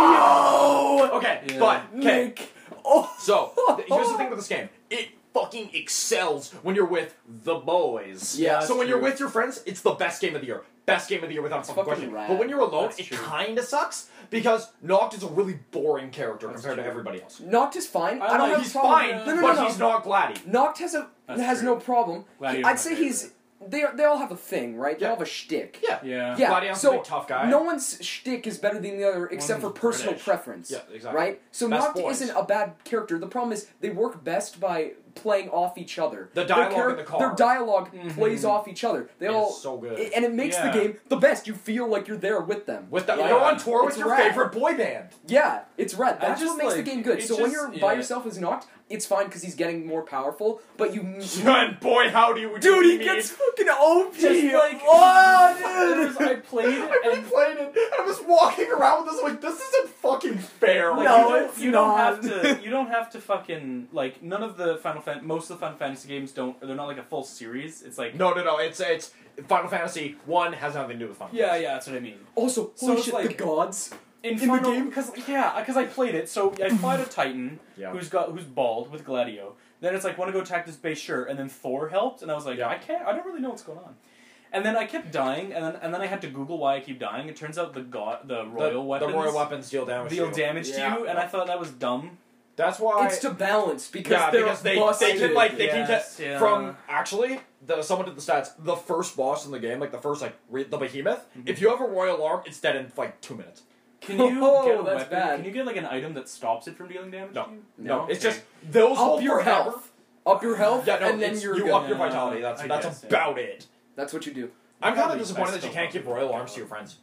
Oh! Okay, Yeah. but okay. Nick. Oh, So *laughs* th- here's the thing with this game: it fucking excels when you're with the boys. Yeah, So that's when you're true. with your friends, it's the best game of the year. Best game of the year without a fucking fucking question. rad. But when you're alone, That's it true. kind of sucks because Noct is a really boring character That's compared to true. everybody else. Noct is fine. I I, don't like- have He's a problem. fine, No, no, but no, no. he's not Gladdy. Noct has a That's has true. no problem. Glad you're I'd my say he's they they all have a thing, right? They all Yeah. have a shtick. Yeah. Yeah. Yeah, Gladio's a so big tough guy. No one's shtick is better than the other, except for One's personal British. preference. Yeah, exactly. Right. So Best Noct boys. isn't a bad character. The problem is they work best by playing off each other. The Their dialogue in the car. Mm-hmm. Their dialogue plays off each other. They all It's so good. i- and it makes Yeah. the game the best. You feel like you're there with them. With the, yeah. you're on tour with It's your rad. favorite boy band. *laughs* Yeah, it's red. That's just, what makes like, the game good. it's So when just- you're by yeah. yourself as Noct, it's fine because he's getting more powerful. But *laughs* you And boy, how do you Dude, he need- gets fucking OP. Just like- oh, *laughs* There dude. was- I played I it and replayed it, and I'm just walking around with this like this isn't fucking fair. Like, No, you you don't, it's you not. don't have to. You don't have to fucking like none of the Final Fan. Most of the Final Fantasy games don't. They're not like a full series. It's like No, no, no. It's it's Final Fantasy One has nothing to do with Final. Yeah, Fantasy. yeah, that's what I mean. Also, So holy it's shit, the like- gods. In, the Final, game? because yeah, because I played it. So I fight a Titan Yeah. who's got who's bald with Gladio. Then it's like want to go attack this base, sure. And then Thor helped, and I was like, Yeah. I can't. I don't really know what's going on. And then I kept dying, and then and then I had to Google why I keep dying. It turns out the god, the The- royal weapons, The royal weapons deal damage. to deal you. damage Yeah. to you, and I thought that was dumb. That's why. it's to balance because yeah, they're because they busted. they can like they Yes, can get yeah. from actually the someone did the stats the first boss in the game like the first like re, the behemoth if you have a royal arm it's dead in like two minutes *laughs* Can you Oh, get a that's weapon? bad. Can you get like an item that stops it from dealing damage? No. to you? no, No, it's okay. just those up hold your forever. health, up your health, yeah no and then it's- you're you good. up your Yeah, vitality that's I that's guess, yeah. about it That's what you do. I'm kind Probably of disappointed that you best can't give still royal fucking arms to go. your friends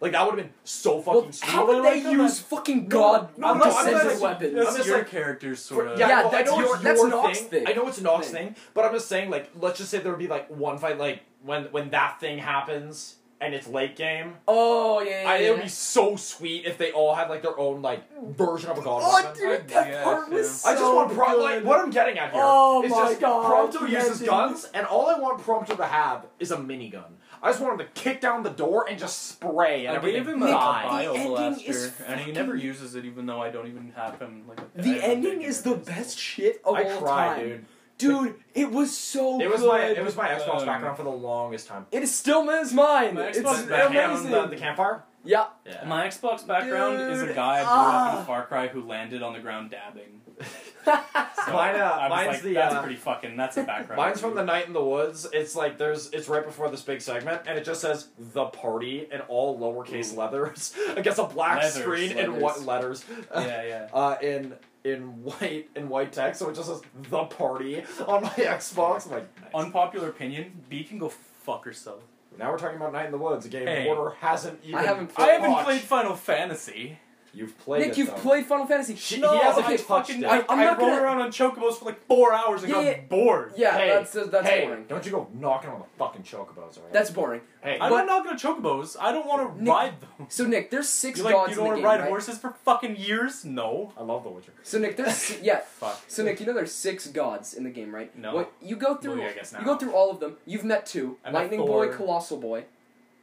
like that would have been so fucking Well, sweet how would Well, I they know use fucking god no, to no, I'm send not- their weapons? I'm That's just your like- character's sort For, of. yeah, Yeah, well, that's I know your- it's that's your Nox thing. thing. I know it's Nox Thing. thing. but I'm just saying, like, let's just say there would be like one fight, like when when that thing happens and it's late game. oh yeah, yeah, I, yeah. it would be so sweet if they all had like their own like version of a god. Oh, weapon. dude, I that guess, part was I just so want Prom- good. like what I'm getting at here Oh is my just God, Prompto yes, uses dude. guns, and all I want Prompto to have is a minigun. I just want him to kick down the door and just spray and I everything gave him a Nick, the dies. bio ending blaster, is and he never fucking- uses it, even though I don't even have him. Like I The don't ending think is he the does. best shit of I all cried, time. dude. Dude, it was so It was good. my it was my Xbox Um, background for the longest time. It is still is mine. My It's Xbox amazing. back hand on the, *laughs* the campfire. yeah. Yeah. My Xbox background is a Dude, guy who grew up ah. in Far Cry who landed on the ground dabbing. So Mine, uh, I was mine's like, the, that's uh, pretty fucking. That's a background. Mine's from the night in the woods. It's like there's it's right before this big segment, and it just says the party in all lowercase Ooh. letters *laughs* against a black Leathers, screen in leathers. white letters. Yeah, yeah. Uh, in in white in white text, so it just says the party on my *laughs* Xbox. I'm like, nice. Unpopular opinion: B can go fuck herself. now we're talking about Night in the Woods, a game Hey. Porter hasn't even. haven't I haven't touched. played Final Fantasy. You've played. Nick, it, you've though. played Final Fantasy. She- No, he hasn't okay, touched fucking. it. I- I'm I not rolled gonna- around on chocobos for like four hours and Yeah, yeah. got bored. yeah, Hey, that's uh, that's hey, boring. don't you go knocking on the fucking chocobos, alright? That's boring. hey, I'm But- not knocking chocobos. I don't want to Nick- ride them. So Nick, there's six *laughs* You like gods you don't in the want to game, ride right? horses for fucking years? No. I love The Witcher. So Nick, *laughs* there's si- yeah. Fuck. So Nick, you know there's six gods in the game, right? No. What you go through? Well, yeah, I guess You now. go through all of them. You've met two: I met Lightning Thor. Boy, Colossal Boy,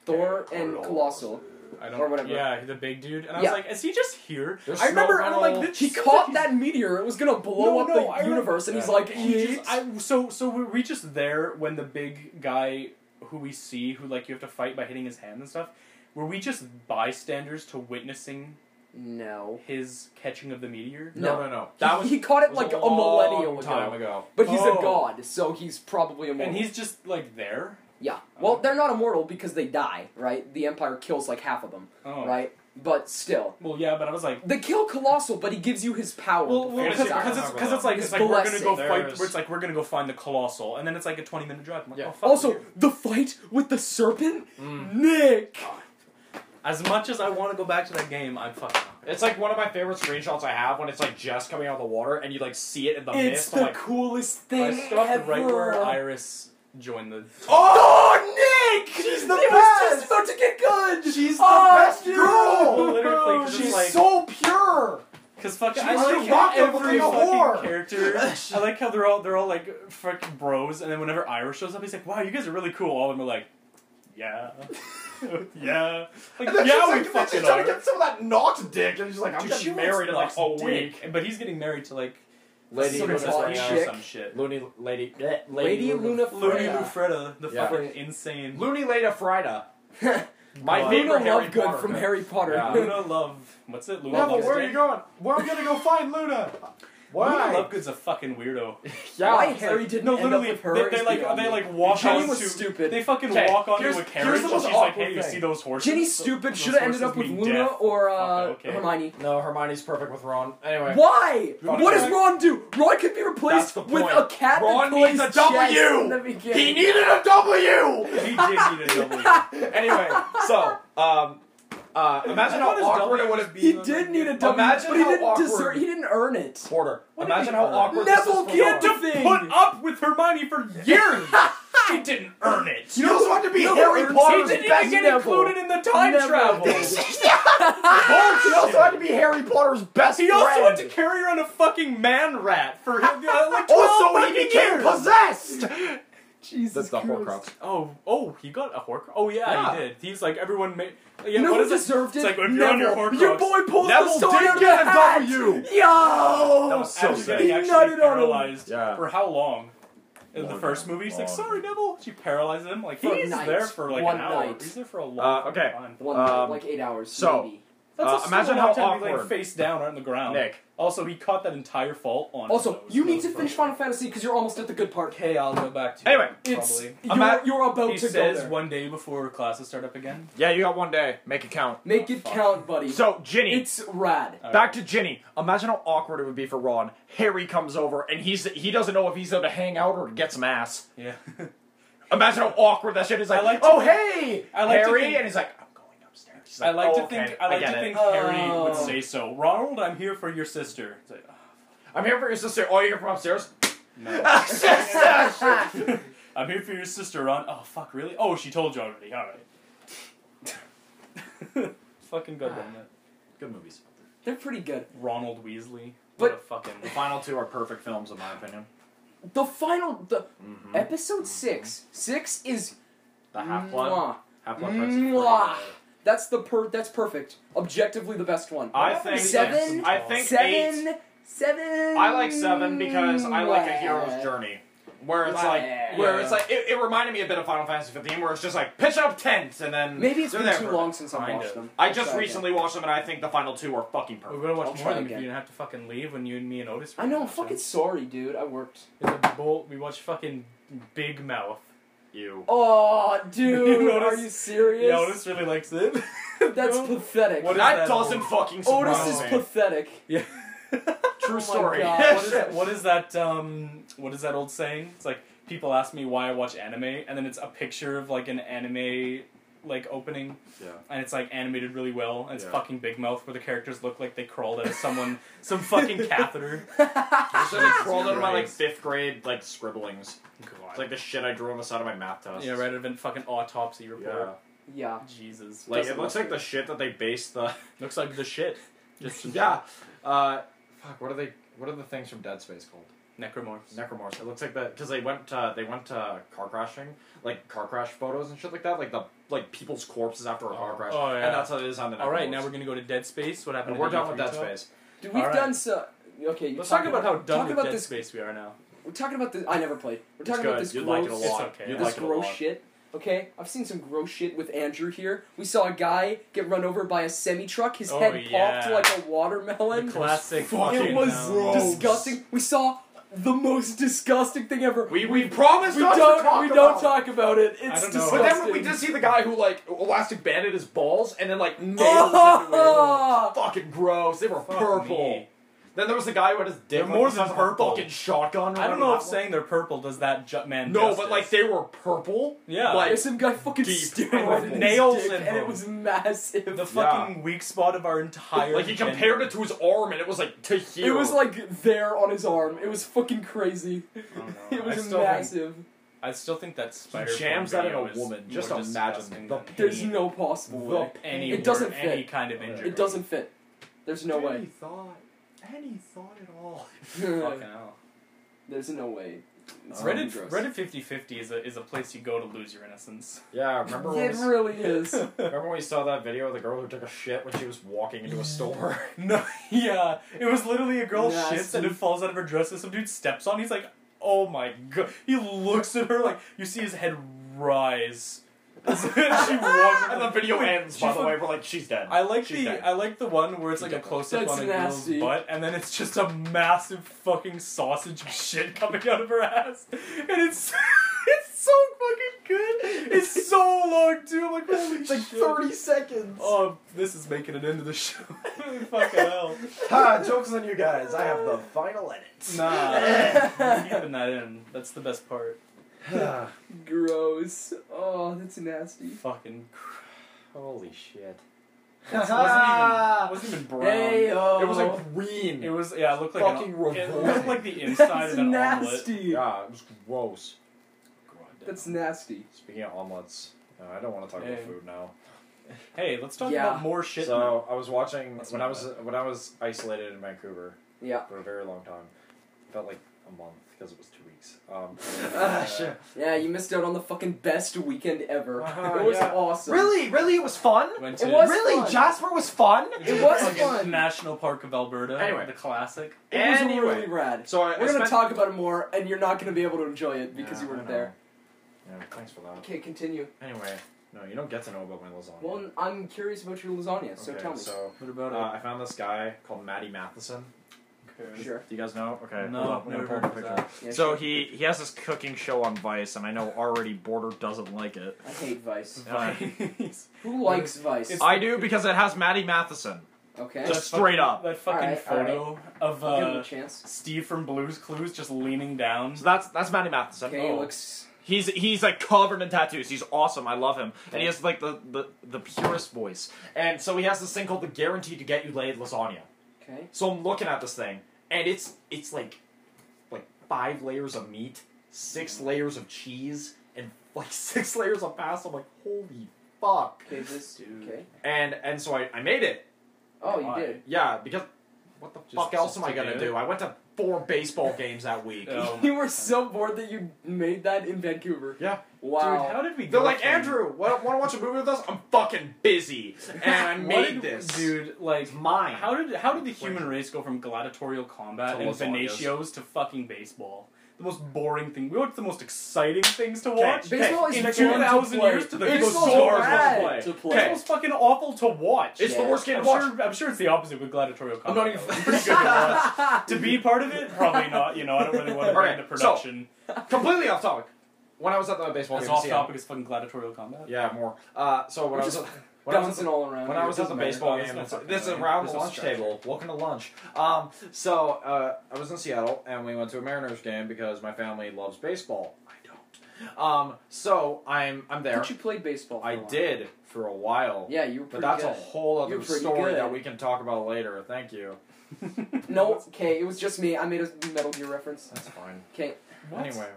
Thor, and *laughs* Colossal. I don't, Or whatever. Yeah, the big dude. And I Yeah. was like, is he just here? There's I remember, and I'm like, Snowball. this He seems caught like that meteor. It was gonna blow No, up no, the I remember- universe, and he's Yeah. like, He "Yeet." just, I, so so were we just there when the big guy who we see who like you have to fight by hitting his hand and stuff were we just bystanders to witnessing no. his catching of the meteor No. no, no. no. That he, was *laughs* he caught it was like a, long millennium ago. time ago. But he's Oh. a god, so he's probably immortal. and he's Oh. just like there yeah. Well, they're not immortal because they die, right? The Empire kills like half of them, oh right? But still, well yeah but i was like they kill Colossal, but he gives you his power. well, before well he because dies. it's, because it's like His it's like we're gonna blessing. go fight There's- where it's like we're gonna go find the colossal and then it's like a 20 minute drive I'm like, Yeah. oh, fuck also you. the fight with the serpent, Mm. Nick. as much as i want to go back to that game i'm fucking not. It's like one of my favorite screenshots I have when it's like just coming out of the water and you like see it in the It's mist. the I'm like, coolest i thing ever. stopped right where iris joined the Oh, Nick! She's the it was just best! about to get good. She's the Oh, best dude. *laughs* girl. Literally, 'cause it's She's like- so pure. Cause fucking, She I was like like how Rocket every with a fucking whore. character. I like how they're all they're all like fucking bros, and then whenever Ira shows up, he's like, "Wow, you guys are really cool." All of them are like, "Yeah, *laughs* yeah, And then she's like, like yeah, we and then she's fucking trying are." to get some of that knocked dick, and she's like, I'm Dude, getting she married. married in, like, a dick, but he's getting married to like Lady Some Luna Princess hot Leia Freya. chick. or some shit. Looney Lady bleh, Lady Luna Looney Freya. Lufreda, the Yeah. fucking insane Looney *laughs* Lada Frida. My Luna favorite Luna Harry Lovegood Potter from guy. Harry Potter. Yeah. Luna Love. What's it? Luna Yeah, Lovegood's but where are dick? you going? Well, I'm gonna go find Luna. Why? Luna Lovegood's a fucking weirdo. Yeah. Why it's like- Harry didn't No, end literally, up with her? they, they is um, like beyond they me. like walk Jenny onto. was stupid. They fucking Okay, walk onto here's- a here's the carriage, and most she's like, awkward "Hey, you thing. see those horses?" Jenny's stupid. Those Should have ended horses up with mean Luna death. or uh, Fuck, okay. Hermione. No, Hermione's perfect with Ron. Anyway. Why? Ron what does Howard. Ron do? Ron could be replaced That's the with point. a cat Ron that plays needs a chess W! in the beginning. He needed a W. *laughs* He did need a W. Anyway, so um uh imagine I thought how his awkward W it would have was been. He did need a W, Imagine but he how didn't awkward- deserve. He didn't earn it. Porter. What did Imagine he how earn? awkward this Neville is for can't Ron. do- thing. Put up with Hermione for years. she didn't earn it. You also want to be No, Harry Ernst- Potter's he didn't best. even get included in the time travel. *laughs* He also had to be Harry Potter's best He friend. also had to carry around a fucking man rat for him. uh, *laughs* like 12 Also, fucking he became years. possessed. Jesus That's the Christ. Horcrux. Oh, oh, he got a horcrux. Oh yeah, Yeah. he did. He's like everyone. Ma- yeah, You know what who is it? deserved It's it? like if you're on your Neville. horcrux. Your boy pulls Neville the sword did out of get the a hat. W. Yo. That was so after sad. getting He actually nutted on him. paralyzed Yeah. for how long? In the Long, first movie, he's like, long. "Sorry, Neville." She paralyzes him. Like For a he's night. there for like One an hour. night. He's there for a long Uh, fucking okay. time. One Um, like eight hours. so- maybe. Uh, That's a imagine imagine how how time to be awkward. like face down or on the ground. Nick. Also, he caught that entire fall on. Also, those- you need those to finish first- Final Fantasy because you're almost at the good part. Okay, I'll go back to. Anyway, it, It's probably. you're, I'm at- you're about He to says go there. one day before classes start up again. Yeah, you got one day. Make it count. Make it Fuck. uh, count, buddy. So Ginny, it's rad. All Back to Ginny. Imagine how awkward it would be for Ron. Harry comes over and he's he doesn't know if he's there to hang out or to get some ass. Yeah. *laughs* Imagine how awkward that shit is. Like, I like to oh think- hey, I like to Harry, think- and he's like, I'm going upstairs. He's I like "Oh, to okay, think. I like get to it." think Oh. Harry would say so. Ronald, I'm here for your sister. It's like, "Ah, I'm here for your sister. Oh, you're from upstairs. no. Yes. I'm here for your sister, Ron. Oh fuck, really? Oh, she told you already. All right. *laughs* fucking good *sighs* one. man. Good movies. They're pretty good. Ronald Weasley. what But- a fucking. *laughs* The final two are perfect films, in my opinion. The final, the episode Mm-hmm. six. Six is Mm-hmm. The Half Blood, mwah. Half Blood Prince. is Mwah. pretty good. That's the per. That's perfect. Objectively, the best one. I think Seven? I think Seven eight Seven. I like seven because I like a hero's journey. Where it's like, where it's like, it, it reminded me a bit of Final Fantasy 15, where it's just like pitch up tents and then Maybe it's they're been there too for- long since I've Kind watched of. them. I I'll just try again. recently watched them, and I think the final two are fucking We're perfect. gonna watch I'll more try of them if again. you didn't have to fucking leave when you and me and Otis. Were I know. I'm watching. fucking sorry, dude. I worked. It's a bull- We watched fucking Big Mouth. You. Oh, *laughs* dude. You are notice- you serious? Yeah, Otis really likes it. *laughs* That's No. pathetic. What is that that doesn't old? fucking surprise Otis is me. pathetic. *laughs* yeah. Oh True my story. *laughs* God. Uh, what, is, what is that? Um, what is that old saying? It's like people ask me why I watch anime, and then it's a picture of like an anime like opening, Yeah. *laughs* and it's like animated really well, and it's Yeah. fucking Big Mouth where the characters look like they crawled out of someone some fucking catheter. So I crawled out of my like Christ. fifth grade like scribblings. It's like the shit I drew on the side of my math test. yeah, right. An fucking autopsy Yeah. report. Yeah. Jesus, Like Doesn't it looks look like the shit that they based the. *laughs* good. looks like the shit. Just yeah. Uh, fuck. What are they? What are the things from Dead Space called? Necromorphs. Necromorphs. It looks like that because they went uh, they went uh, car crashing, like car crash photos and shit like that, like the like people's corpses after a car Oh. crash. Oh, yeah. And that's how it is on the. All right, Necromorphs. now we're gonna go to Dead Space. What happened? And we're to done with Dead D3 talk? Space. Dude, we've Alright. done so. Okay, you Let's talk about How done talk with about Dead this. Space we are now. We're talking about this. I never played. We're talking about this You'd gross. like it a lot. It's okay. You'd this like it a gross lot. shit. Okay, I've seen some gross shit with Andrew here. We saw a guy get run over by a semi truck. His Oh, head yeah. popped like a watermelon. The classic it fucking, was um, gross. disgusting. We saw the most disgusting thing ever. We we promised We not don't. to talk we about don't it. talk about it. It's don't know. disgusting. But then we did see the guy who like elastic banded his balls and then like nails Oh! into it. Fucking gross. They were Fuck purple. me. Then there was the guy who had his dick They're like, more the than size of a purple. Fucking shotgun. I don't know if That one- saying they're purple does that ju- man. no, justice. but like they were purple. Yeah. like And some guy fucking Deep staring purple. with Nails his dick, in and them. it was massive. the fucking weak spot of our entire. like he gender. compared it to his arm and it was like to here. it was like there on his arm. It was fucking crazy. *laughs* I don't know. It I was still Think, massive. I still think that he spider jams porn that in a video is woman. more Just imagine disgusting the than pain. There's no possible way. The Any It doesn't word, Any fit. kind of injury. It *laughs* doesn't fit. There's no way. thought. Any thought at all. Fucking hell. There's no way. It's Reddit- *laughs* really Reddit, gross. Reddit 50/50 is a is a place you go to lose your innocence. Yeah, remember when, It we, really *laughs* *laughs* is. *laughs* remember when we saw that video of the girl who took a shit when she was walking into a store? *laughs* *laughs* No, yeah, it was literally a girl Nasty. shits and it falls out of her dress and some dude steps on. it. He's like, "Oh my god!" He looks at her like you see his head rise. *laughs* she *laughs* walks. and the video ends. By she the fuck- way, we're like, she's dead. I like She's the dead. I like the one where it's like a She's dead. close up That's on a girl's nasty. butt and then it's just a massive fucking sausage of shit coming out of her ass, and it's *laughs* it's so fucking good. It's so long too. I'm like holy It's like shit. thirty seconds. Oh, this is making it into the show. *laughs* fucking hell. *laughs* ha! Jokes on you guys. I have the final edit. *laughs* Nah, we're keeping that in. That's the best part. gross. Oh, that's nasty. Fucking cr- *laughs* Holy shit! *laughs* wasn't even wasn't even brown. Hey, oh. it was *laughs* like green. It was yeah. It looked like fucking an, it looked revolting. like the inside that's of an omelet. nasty. yeah, it was gross. That's nasty. Speaking of omelets, uh, I don't want to talk Hey. about food now. Hey, let's talk Yeah. about more shit. now. So I was watching That's when not I was when I was isolated in Vancouver Yeah. for a very long time. Felt like a month because it was two weeks. Um, Ah, shit. Yeah, you missed out on the fucking best weekend ever. Uh-huh, it was yeah. awesome. Really, really, it was fun. Went It to was fun. Jasper was fun. It was fucking fun. National Park of Alberta. Anyway. the classic. It Anyway. was really rad. So I, I We're gonna spent- talk about it more, and you're not gonna be able to enjoy it because Yeah, you I weren't know. there. Yeah, thanks for that. Okay, continue. Anyway, no, you don't get to know about my lasagna. Well, I'm curious about your lasagna, so okay, tell me. So What uh, about I found this guy called Matty Matheson. it? Sure. Do you guys know? Okay, No, hold up, I'm gonna never pull heard up a of picture. *laughs* that. Yeah, So sure. he he has this cooking show on Vice, and I know already Border doesn't like it. I hate *laughs* Vice. Vice. Who likes Vice? It's- I do because it has Maddie Matheson. okay. Just straight Uh, up. That fucking Alright, photo of I'll give him a uh, chance. Steve from Blue's Clues just leaning down. So that's that's Maddie Matheson. Okay, he Oh. looks. He's he's like covered in tattoos. He's awesome. I love him, and he has like the the, the purest voice. And so he has this thing called the guaranteed to get you laid lasagna. Okay. So I'm looking at this thing, and it's it's like like five layers of meat, six layers of cheese, and like *laughs* six layers of pasta. I'm like, holy fuck! Okay, this. Okay. And and so I, I made it. Oh, Why? you did. Yeah, because what the Just- fuck else just am I to gonna do. do? I went to four baseball games that week. Oh *laughs* my you were so bored that you made that in Vancouver. Yeah. Wow. Dude, how did we? They're go like, from- Andrew, want to watch a movie with us? I'm fucking busy, *laughs* and I *laughs* What made did- this. dude. Like, It's mine. how did how did the human race go from gladiatorial combat To and lasagnas. venatios to fucking baseball? The most boring thing. We watched the most exciting things to Okay, watch. Baseball Okay, is in fun 2,000 to play. years to the it's most so horrible bad play. to play. Okay. Baseball's fucking awful to watch. It's the Yeah. worst game I'm to watch. sure, I'm sure it's the opposite with gladiatorial I'm combat. not *laughs* even. though. It's *laughs* pretty good to watch. to be part of it, probably not. You know, I don't really want to Alright, bring the so- production. *laughs* Completely off topic. When I was at the baseball That's game, in off Seattle- topic as fucking gladiatorial combat. *laughs* Yeah, more. Uh, so when We're I was just at, when I was at Bouncing all around. When I was at the Doesn't matter. baseball That's game, not it's- fucking this is funny. around This the is lunch structure. table. Welcome to lunch. Um, so uh, I was in Seattle and we went to a Mariners game because my family loves baseball. I don't. Um, so I'm I'm there. But you played baseball. for a I while. did for a while. Yeah, you were But pretty that's a good. whole You're other pretty story good. that we can talk about later. Thank you. No, okay, it was just me. I made a Metal Gear reference. That's fine. Okay, What? Anyway,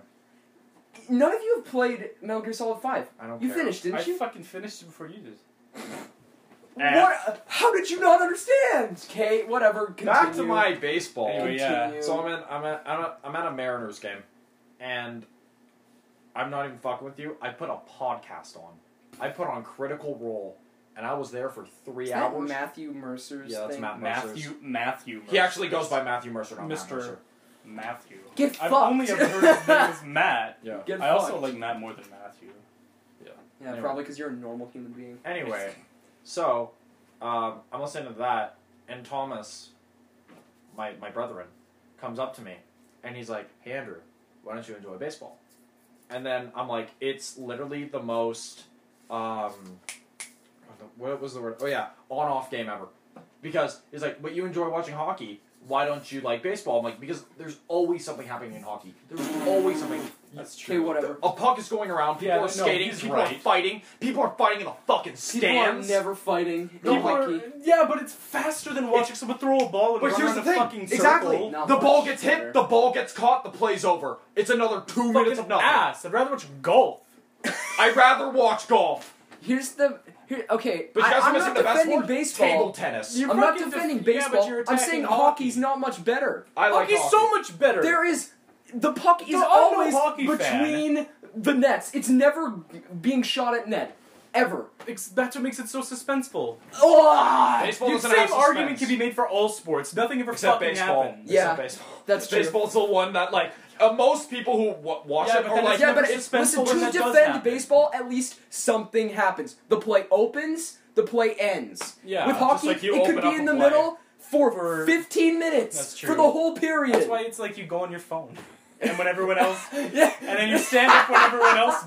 none of you have played Metal Gear Solid Five. I don't You care. finished, didn't I you? fucking finished it before you did. What? How did you not understand? Okay, whatever. Continue. Back to my baseball. Anyway, Continue. yeah. So I'm in, I'm at, I'm at, I'm at a Mariners game, and I'm not even fucking with you. I put a podcast on. I put on Critical Role, and I was there for three Is that hours. Matthew Mercer's Yeah, that's thing. Matt- Matthew, Matthew. he actually goes by Matthew Mercer, not Matt Mr. Mercer. Matthew. Get I've fucked. only ever heard his name as Matt. Yeah. Get I also fucked. like Matt more than Matthew. Yeah, Anyway. probably because you're a normal human being. Anyway, so um, I'm listening to that, and Thomas, my my brethren, comes up to me, and he's like, "Hey Andrew, why don't you enjoy baseball?" And then I'm like, "It's literally the most, um, what the- what was the word? Oh yeah, on off game ever." Because he's like, "But you enjoy watching hockey." Why don't you like baseball? I'm like, because there's always something happening in hockey. There's always something. That's Okay, whatever. A puck is going around. People Yeah, no, are skating. he's people are right. fighting. People are fighting in the fucking People stands. are never fighting. in No, People are, hockey. yeah, but it's faster than watching someone throw a ball and But run here's around the a thing. fucking Exactly. circle. Not the much ball gets better. hit, the ball gets caught, the play's over. It's another two minutes of Fucking nothing. ass. I'd rather watch golf. I'd rather watch golf. Here's the here. Okay, But you guys I, are am missing not the best defending word. baseball. Table tennis. You- I'm not fucking def- defending yeah, but baseball. you're I'm attacking saying hockey. hockey's not much better. I like Hockey's hockey. so much better. There is the puck is I'm no always hockey between the nets. It's never being shot at net, ever. Ex- that's what makes it so suspenseful. Oh, Baseball the doesn't same have suspense. argument can be made for all sports. Nothing ever except fucking baseball. happens. Yeah. Except baseball. that's true. Baseball's the one that like uh, most people who w- watch Yeah, it but are then like, it's yeah, but never it- suspenseful listen, when to that does defend happen. baseball, at least something happens. The play opens, the play ends. Yeah, with just hockey, like you it open could up be in a the play. middle for, For- 15 minutes That's for true. the whole period. That's why it's like you go on your phone. *laughs* And when everyone else, *laughs* yeah. and then you stand up when everyone else *laughs*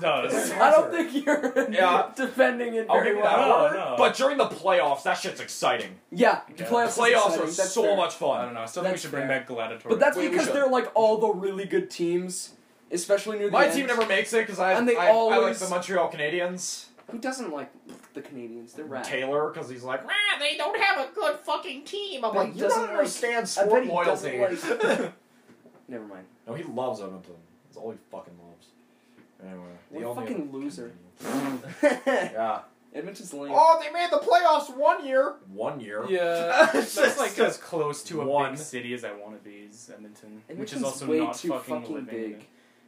*laughs* does. I don't think you're *laughs* Yeah. *laughs* defending it I'll very give you that well. No, word, no. But during the playoffs, that shit's exciting. Yeah, the Yeah. playoffs, is Playoffs exciting, are that's so fair. much I fun. don't know. I still think we That's should bring fair. back gladiatorial. But that's Wait, we because should. they're like all the really good teams, especially near the My end. team never makes it because I, And they I, I like always- the Montreal Canadiens. Who doesn't like the Canadians? They're rad. Taylor because he's like, Rah, they don't have a good fucking team. I'm But like, he you don't doesn't like- understand I bet sport he loyalty. doesn't like. Never mind. *laughs* No, he loves Edmonton. That's all he fucking loves. Anyway. What the a only- fucking loser. *laughs* *laughs* yeah. *laughs* Edmonton's lame. Oh, they made the playoffs one year. One year. yeah, that's like as close to a One. big city as I want to be is Edmonton, Edmonton's which is also way not too fucking, fucking living big. in.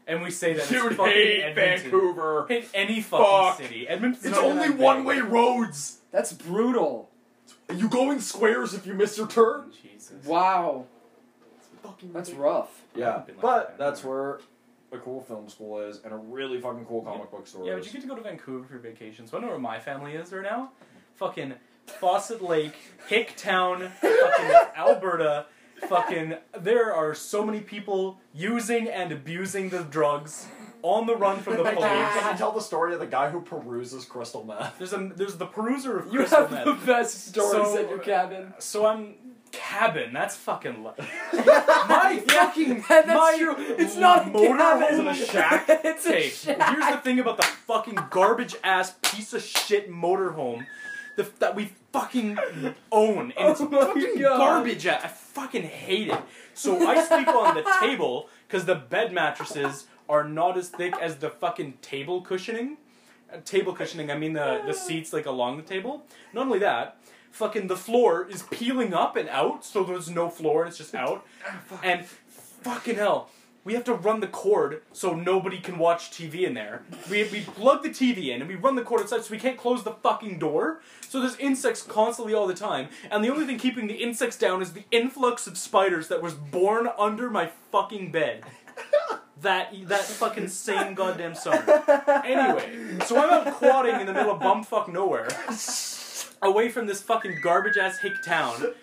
And we say that it's You'd fucking hate Edmonton. Vancouver. Hate any fucking Fuck. city. Edmonton's It's, not only that big. one way roads. That's brutal. You go in squares if you miss your turn. Jesus. Wow, Fucking that's *laughs* rough. Yeah. I've been like But that. that's where a cool film school is and a really fucking cool comic book store Yeah, but is. you get to go to Vancouver for vacations. Wanna know where my family is right now? Fucking Fawcett Lake, Hicktown, *laughs* fucking Alberta. Fucking, there are so many people using and abusing the drugs on the run Oh from the police. Can you tell the story of the guy who peruses crystal meth? There's a there's the peruser of You crystal have meth. the best stories So- uh, at your cabin. So I'm cabin. That's *laughs* fucking. Li- my fucking. That's my true. It's not a motorhome cabin. in a shack. *laughs* it's a Hey, shack. here's the thing about the fucking garbage ass piece of shit motorhome the, that we fucking own, and *laughs* it's Oh my fucking God. garbage. Ass. I fucking hate it. So I sleep *laughs* on the table because the bed mattresses are not as thick as the fucking table cushioning. Uh, Table cushioning, I mean the the seats like along the table. Not only that, fucking the floor is peeling up and out, so there's no floor and it's just out. And fucking hell, we have to run the cord so nobody can watch TV in there. We, we plug the TV in and we run the cord outside so we can't close the fucking door. So there's insects constantly all the time, and the only thing keeping the insects down is the influx of spiders that was born under my fucking bed. That that fucking same goddamn summer. *laughs* *laughs* Anyway, so I'm out quadding in the middle of bumfuck nowhere, away from this fucking garbage ass hick town.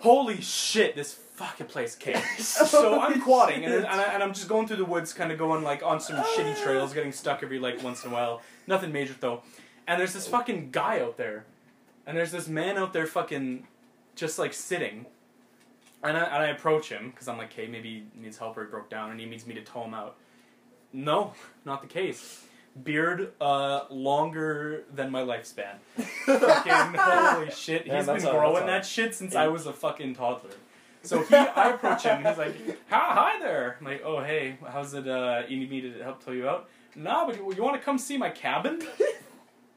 Holy shit, this fucking place kicks. So I'm quadding, and, and, I, and I'm just going through the woods, kind of going like on some shitty trails, getting stuck every like once in a while. Nothing major though. And there's this fucking guy out there, and there's this man out there fucking just like sitting. And I, and I approach him because I'm like, hey, maybe he needs help or he broke down and he needs me to tow him out. No, *laughs* not the case. Beard uh, longer than my lifespan. *laughs* *laughs* *laughs* fucking holy shit. Yeah, He's been that's a- growing that's a- that shit since Yeah. I was a fucking toddler. So he, I approach him and he's like, hi, hi there. I'm like, oh, hey, how's it? Uh, you need me to help tow you out? Nah, but you, you want to come see *laughs* my cabin?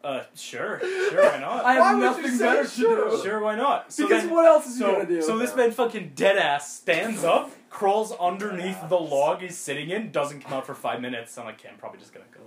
uh, sure, sure, why not? I have Why would you nothing say better sure? to do. sure, why not? So because then- what else is he so, gonna do? so this man fucking dead ass stands up, crawls underneath the log he's sitting in, doesn't come out for five minutes. I'm like, okay, I'm probably just gonna go.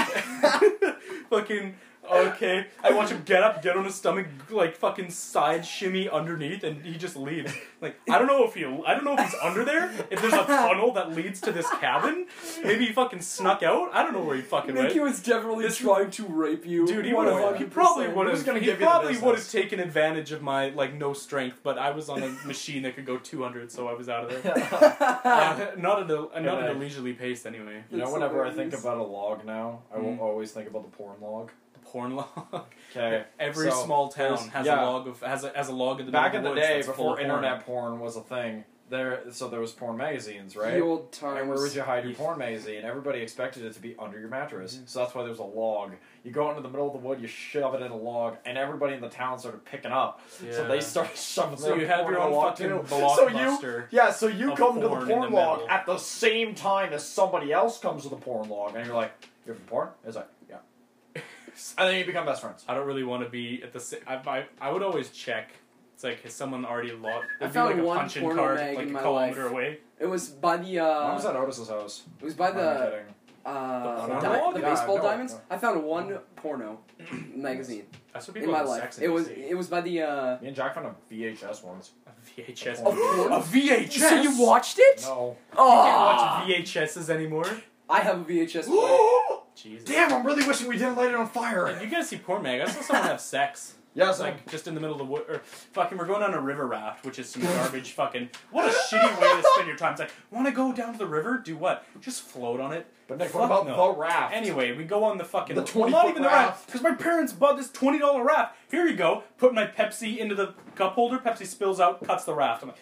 *laughs* fucking okay. I watch him get up, get on his stomach, like fucking side shimmy underneath, and he just leaves. Like I don't know if he, I don't know if he's under there. If there's a tunnel that leads to this cabin, maybe he fucking snuck out. I don't know where he fucking went. Nicky was definitely This- trying to rape you. Dude, he would 100%. have. He probably would Who's gonna have. He give you the probably would have business? taken advantage of my like no strength, but I was on a *laughs* machine that could go 200, so I was *laughs* out of there. Uh, not at a not at a Yeah. leisurely pace anyway. You know, It's whenever I think hilarious. about a log now, I will Mm. always think about the porn log. The porn log. *laughs* Okay. Every so, small town there's- has yeah. a log of has a, has a log in the Back in middle the of the woods day, that's full before of porn. internet porn was a thing, there so there was porn magazines, right? The old times. And where would you hide your Yeah. porn magazine? Everybody expected it to be under your mattress, Mm-hmm. so that's why there's a log. You go into the middle of the wood, you shove it in a log, and everybody in the town started picking up. So Yeah. they started *laughs* shoving. So their you had porn your in a own log, fucking *laughs* too. blockbuster. So you, yeah, so you of come to the porn in porn the log middle. at the same time as somebody else comes to the porn log, and you're like, "You're from porn?" It's like, "Yeah," *laughs* and then you become best friends. I don't really want to be at the. sa- I, I, I would always check. It's like has someone already logged? I It'd be found like a one punch-in porno card, mag like in a my kilometer life. away. It was by the. Uh, when was at Otis's house? It was by I'm the kidding. uh, the, The porno? di- the Yeah, baseball no, diamonds. no. I found one porno *clears throat* magazine That's what people in my have life. sex It was industry. it was by the. Uh, Me and Jack found a VHS once. a VHS. Of porn? A VHS. So you watched it? *gasps* No. Oh, can't watch VHSs anymore. I have a VHS. *gasps* player. Jesus. Damn! I'm really wishing we didn't light it on fire. You guys see porn mag? I saw someone have sex. *laughs* Yes, I Like just in the middle of the wood, or fucking, we're going on a river raft, which is some garbage. fucking, what a shitty way to spend your time. It's like, want to go down to the river? Do what? Just float on it. But Nick, Fuck what about no. the raft? Anyway, we go on the fucking The well, not 20 foot even the raft raft. because my parents bought this twenty dollar raft. Here you go. Put my Pepsi into the cup holder. Pepsi spills out, cuts the raft. I'm like,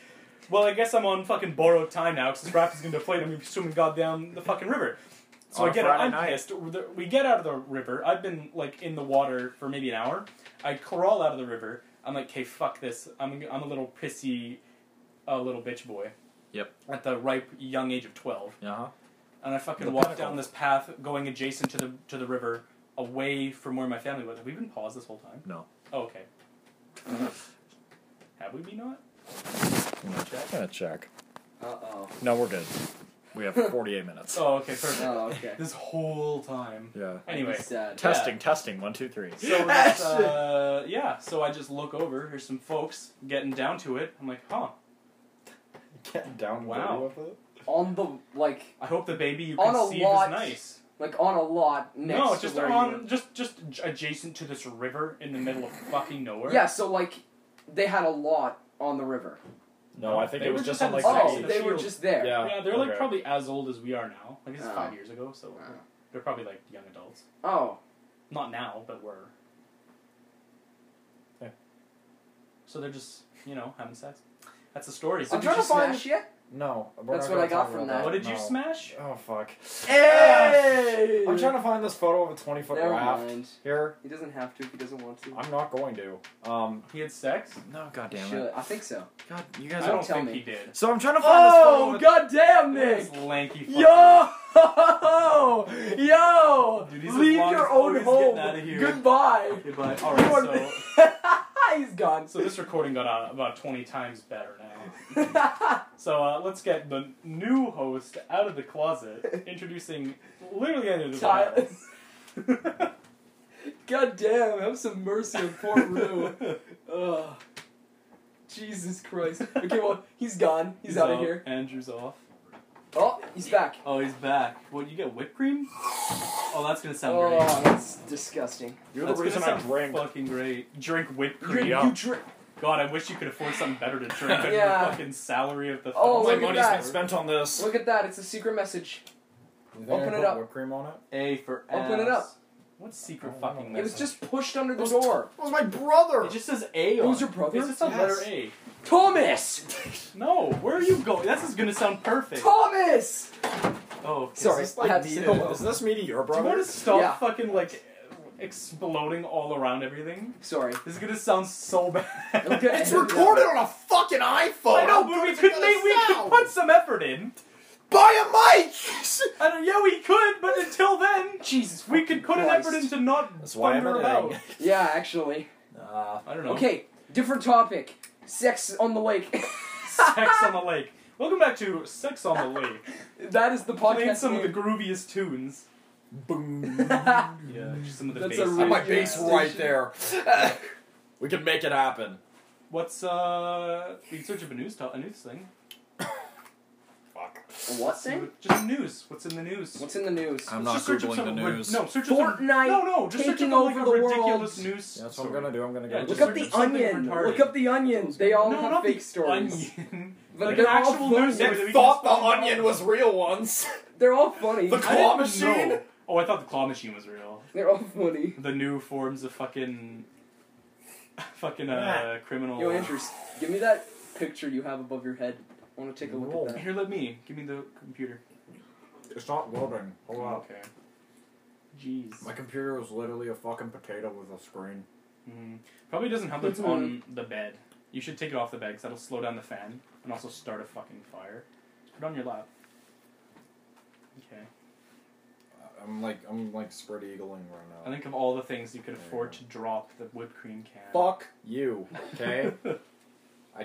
well, I guess I'm on fucking borrowed time now because this raft is gonna deflate. and I'm swimming goddamn the fucking river. So On I get Friday I'm night. pissed. We get out of the river. I've been like in the water for maybe an hour. I crawl out of the river. I'm like, okay, fuck this. I'm I'm a little pissy, uh, little bitch boy. Yep. At the ripe young age of twelve Uh huh. and I fucking The walked pinnacle. down this path going adjacent to the to the river, away from where my family was. Have we been paused this whole time? No. Oh, okay. Have we been not? I'm gonna check. I'm gonna check. Uh oh. No, we're good. We *laughs* have 48 minutes. Oh, okay, perfect. Oh *laughs* okay. This whole time. Yeah. Anyway, That's sad. Testing, testing. One, two, three. *laughs* so that's, uh, yeah, so I just look over. Here's some folks getting down to it. I'm like, huh. Getting down Wow. dirty with it. on the like I hope the baby you On a conceived is lot nice. like on a lot next no, to just where you were. on, just just j- adjacent to this river in the middle of fucking nowhere. Yeah, so like they had a lot on the river. No, I think They it were was just just on having like sex. oh, the- the they were field. just there. Yeah. Yeah, they're like okay. probably as old as we are now. Like it's Oh. five years ago, so Wow. they're probably like young adults. Oh, Not now, but were. Yeah. So they're just, you know, having sex. That's the story. So I'm did trying you to find smash- shit. No, we're That's not what gonna I got talk from about that. What did you No. smash? Oh fuck! Hey! I'm trying to find this photo of a 20 foot Never raft mind. here. He doesn't have to if he doesn't want to. I'm not going to. Um, He had sex? No, goddamn Should. it. I think so. God, you I guys don't, don't are. tell think me. he did. So I'm trying to find Oh, this goddamn, This Nick! lanky fucking- Yo! Yo! Dude, these Leave *laughs* Islam's your own always getting home. outta here. Goodbye. Goodbye. You Alright, are- so. Ah, he's *laughs* gone. So this recording got out about 20 times better now. So uh, let's get the new host out of *laughs* the closet, introducing literally any of *laughs* the Tyler. violence. *laughs* God damn, have some mercy on poor *laughs* Rue. Ugh. Jesus Christ. Okay, well, he's gone. He's, out of here. Andrew's off. Oh, he's back. Oh, he's back. What, you get whipped cream? Oh, that's gonna sound Oh, great. that's disgusting. You're That's the reason gonna I sound drink. Fucking great. Drink whipped You're, cream. Yeah. you drink. God, I wish you could afford something better to *laughs* drink than Yeah. your fucking salary of the. Oh, my look at money's that. been spent on this. Look at that. It's a secret message. You think I Open put it up. Whipped cream on it. A for Open it ass. up. What secret I don't fucking? know. It was message? just pushed under the Those- door. It was my brother. It just says A. It was on your brother? It's just a Yes. letter A. Thomas! No, where are you going? This is gonna sound perfect. Thomas! Oh, okay. Sorry. Is this like I had to say me- hello. Is this me to your Do you brother? want to stop Yeah. fucking like exploding all around everything? Sorry. This is gonna sound so bad. Okay. *laughs* It's recorded on a fucking iPhone. I How know, but we is it could gonna make we could sound? put some effort in. buy a mic. I don't, yeah, we could, but until then, Jesus. we could put an Christ. effort into not That's why I'm thunder editing. about. Yeah, actually. Uh, I don't know. Okay, different topic. Sex on the lake. *laughs* Sex on the lake. Welcome back to Sex on *laughs* the Lake. That is the Playing podcast. some of the name. grooviest tunes. *laughs* boom. Yeah, just some of the That's bass. a I have my Yeah. base right there. *laughs* we can make it happen. What's uh? In search of a news, to- a news thing. Fuck. *laughs* What thing? Just news. What's in the news? What's in the news? I'm Let's not just search up googling some the rid- news. no, search up some, Fortnite no, no, just search taking up on, like, over a the world. ridiculous news. Yeah, that's what I'm story. gonna do. I'm gonna Yeah, go. just Look Google up search the for something onion. retarded. Look up the onion. They all no, have not fake the stories. *laughs* Onion. But Like they're an all actual news funny. that we it. can Thought the just find onion out. was real once. They're all funny. The I claw didn't know. machine? Oh, I thought the claw machine was real. *laughs* They're all funny. The new forms of fucking, *laughs* fucking uh, criminal. Yo, Andrews, give me that picture you have above your head. I want to take a look at that. Here, let me give me the computer. *laughs* It's not loading. Hold on. Okay. Jeez. Oh, My computer was literally a fucking potato with a screen. Mm. Probably doesn't help that it's Mhm. on the bed. You should take it off the bed because that'll slow down the fan and also start a fucking fire. Put it on your lap. Okay. I'm like I'm like spread eagling right now. I think of all the things you could afford to drop the whipped cream can. *laughs* Fuck you. *laughs* *laughs* Okay.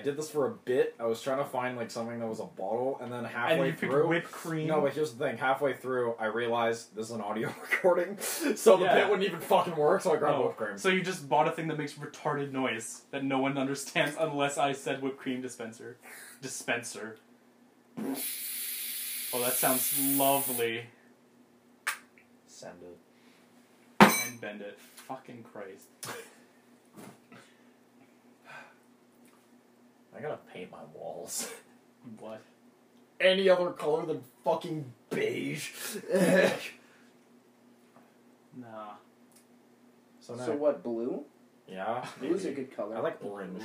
I did this for a bit. I was trying to find like something that was a bottle, and then halfway and you picked through. whipped cream. No, but here's the thing. Halfway through, I realized this is an audio *laughs* recording, so the Yeah. bit wouldn't even fucking work. So I grabbed No. whipped cream. Oh, So you just bought a thing that makes retarded noise that no one understands unless I said whipped cream dispenser. Dispenser. Oh, that sounds lovely. Send it. And bend it. Fucking Christ. I gotta paint my walls. *laughs* What? Any other color than fucking beige. *laughs* Nah. so So now, what? Blue? yeah, Blue's a maybe. good color. I like orange,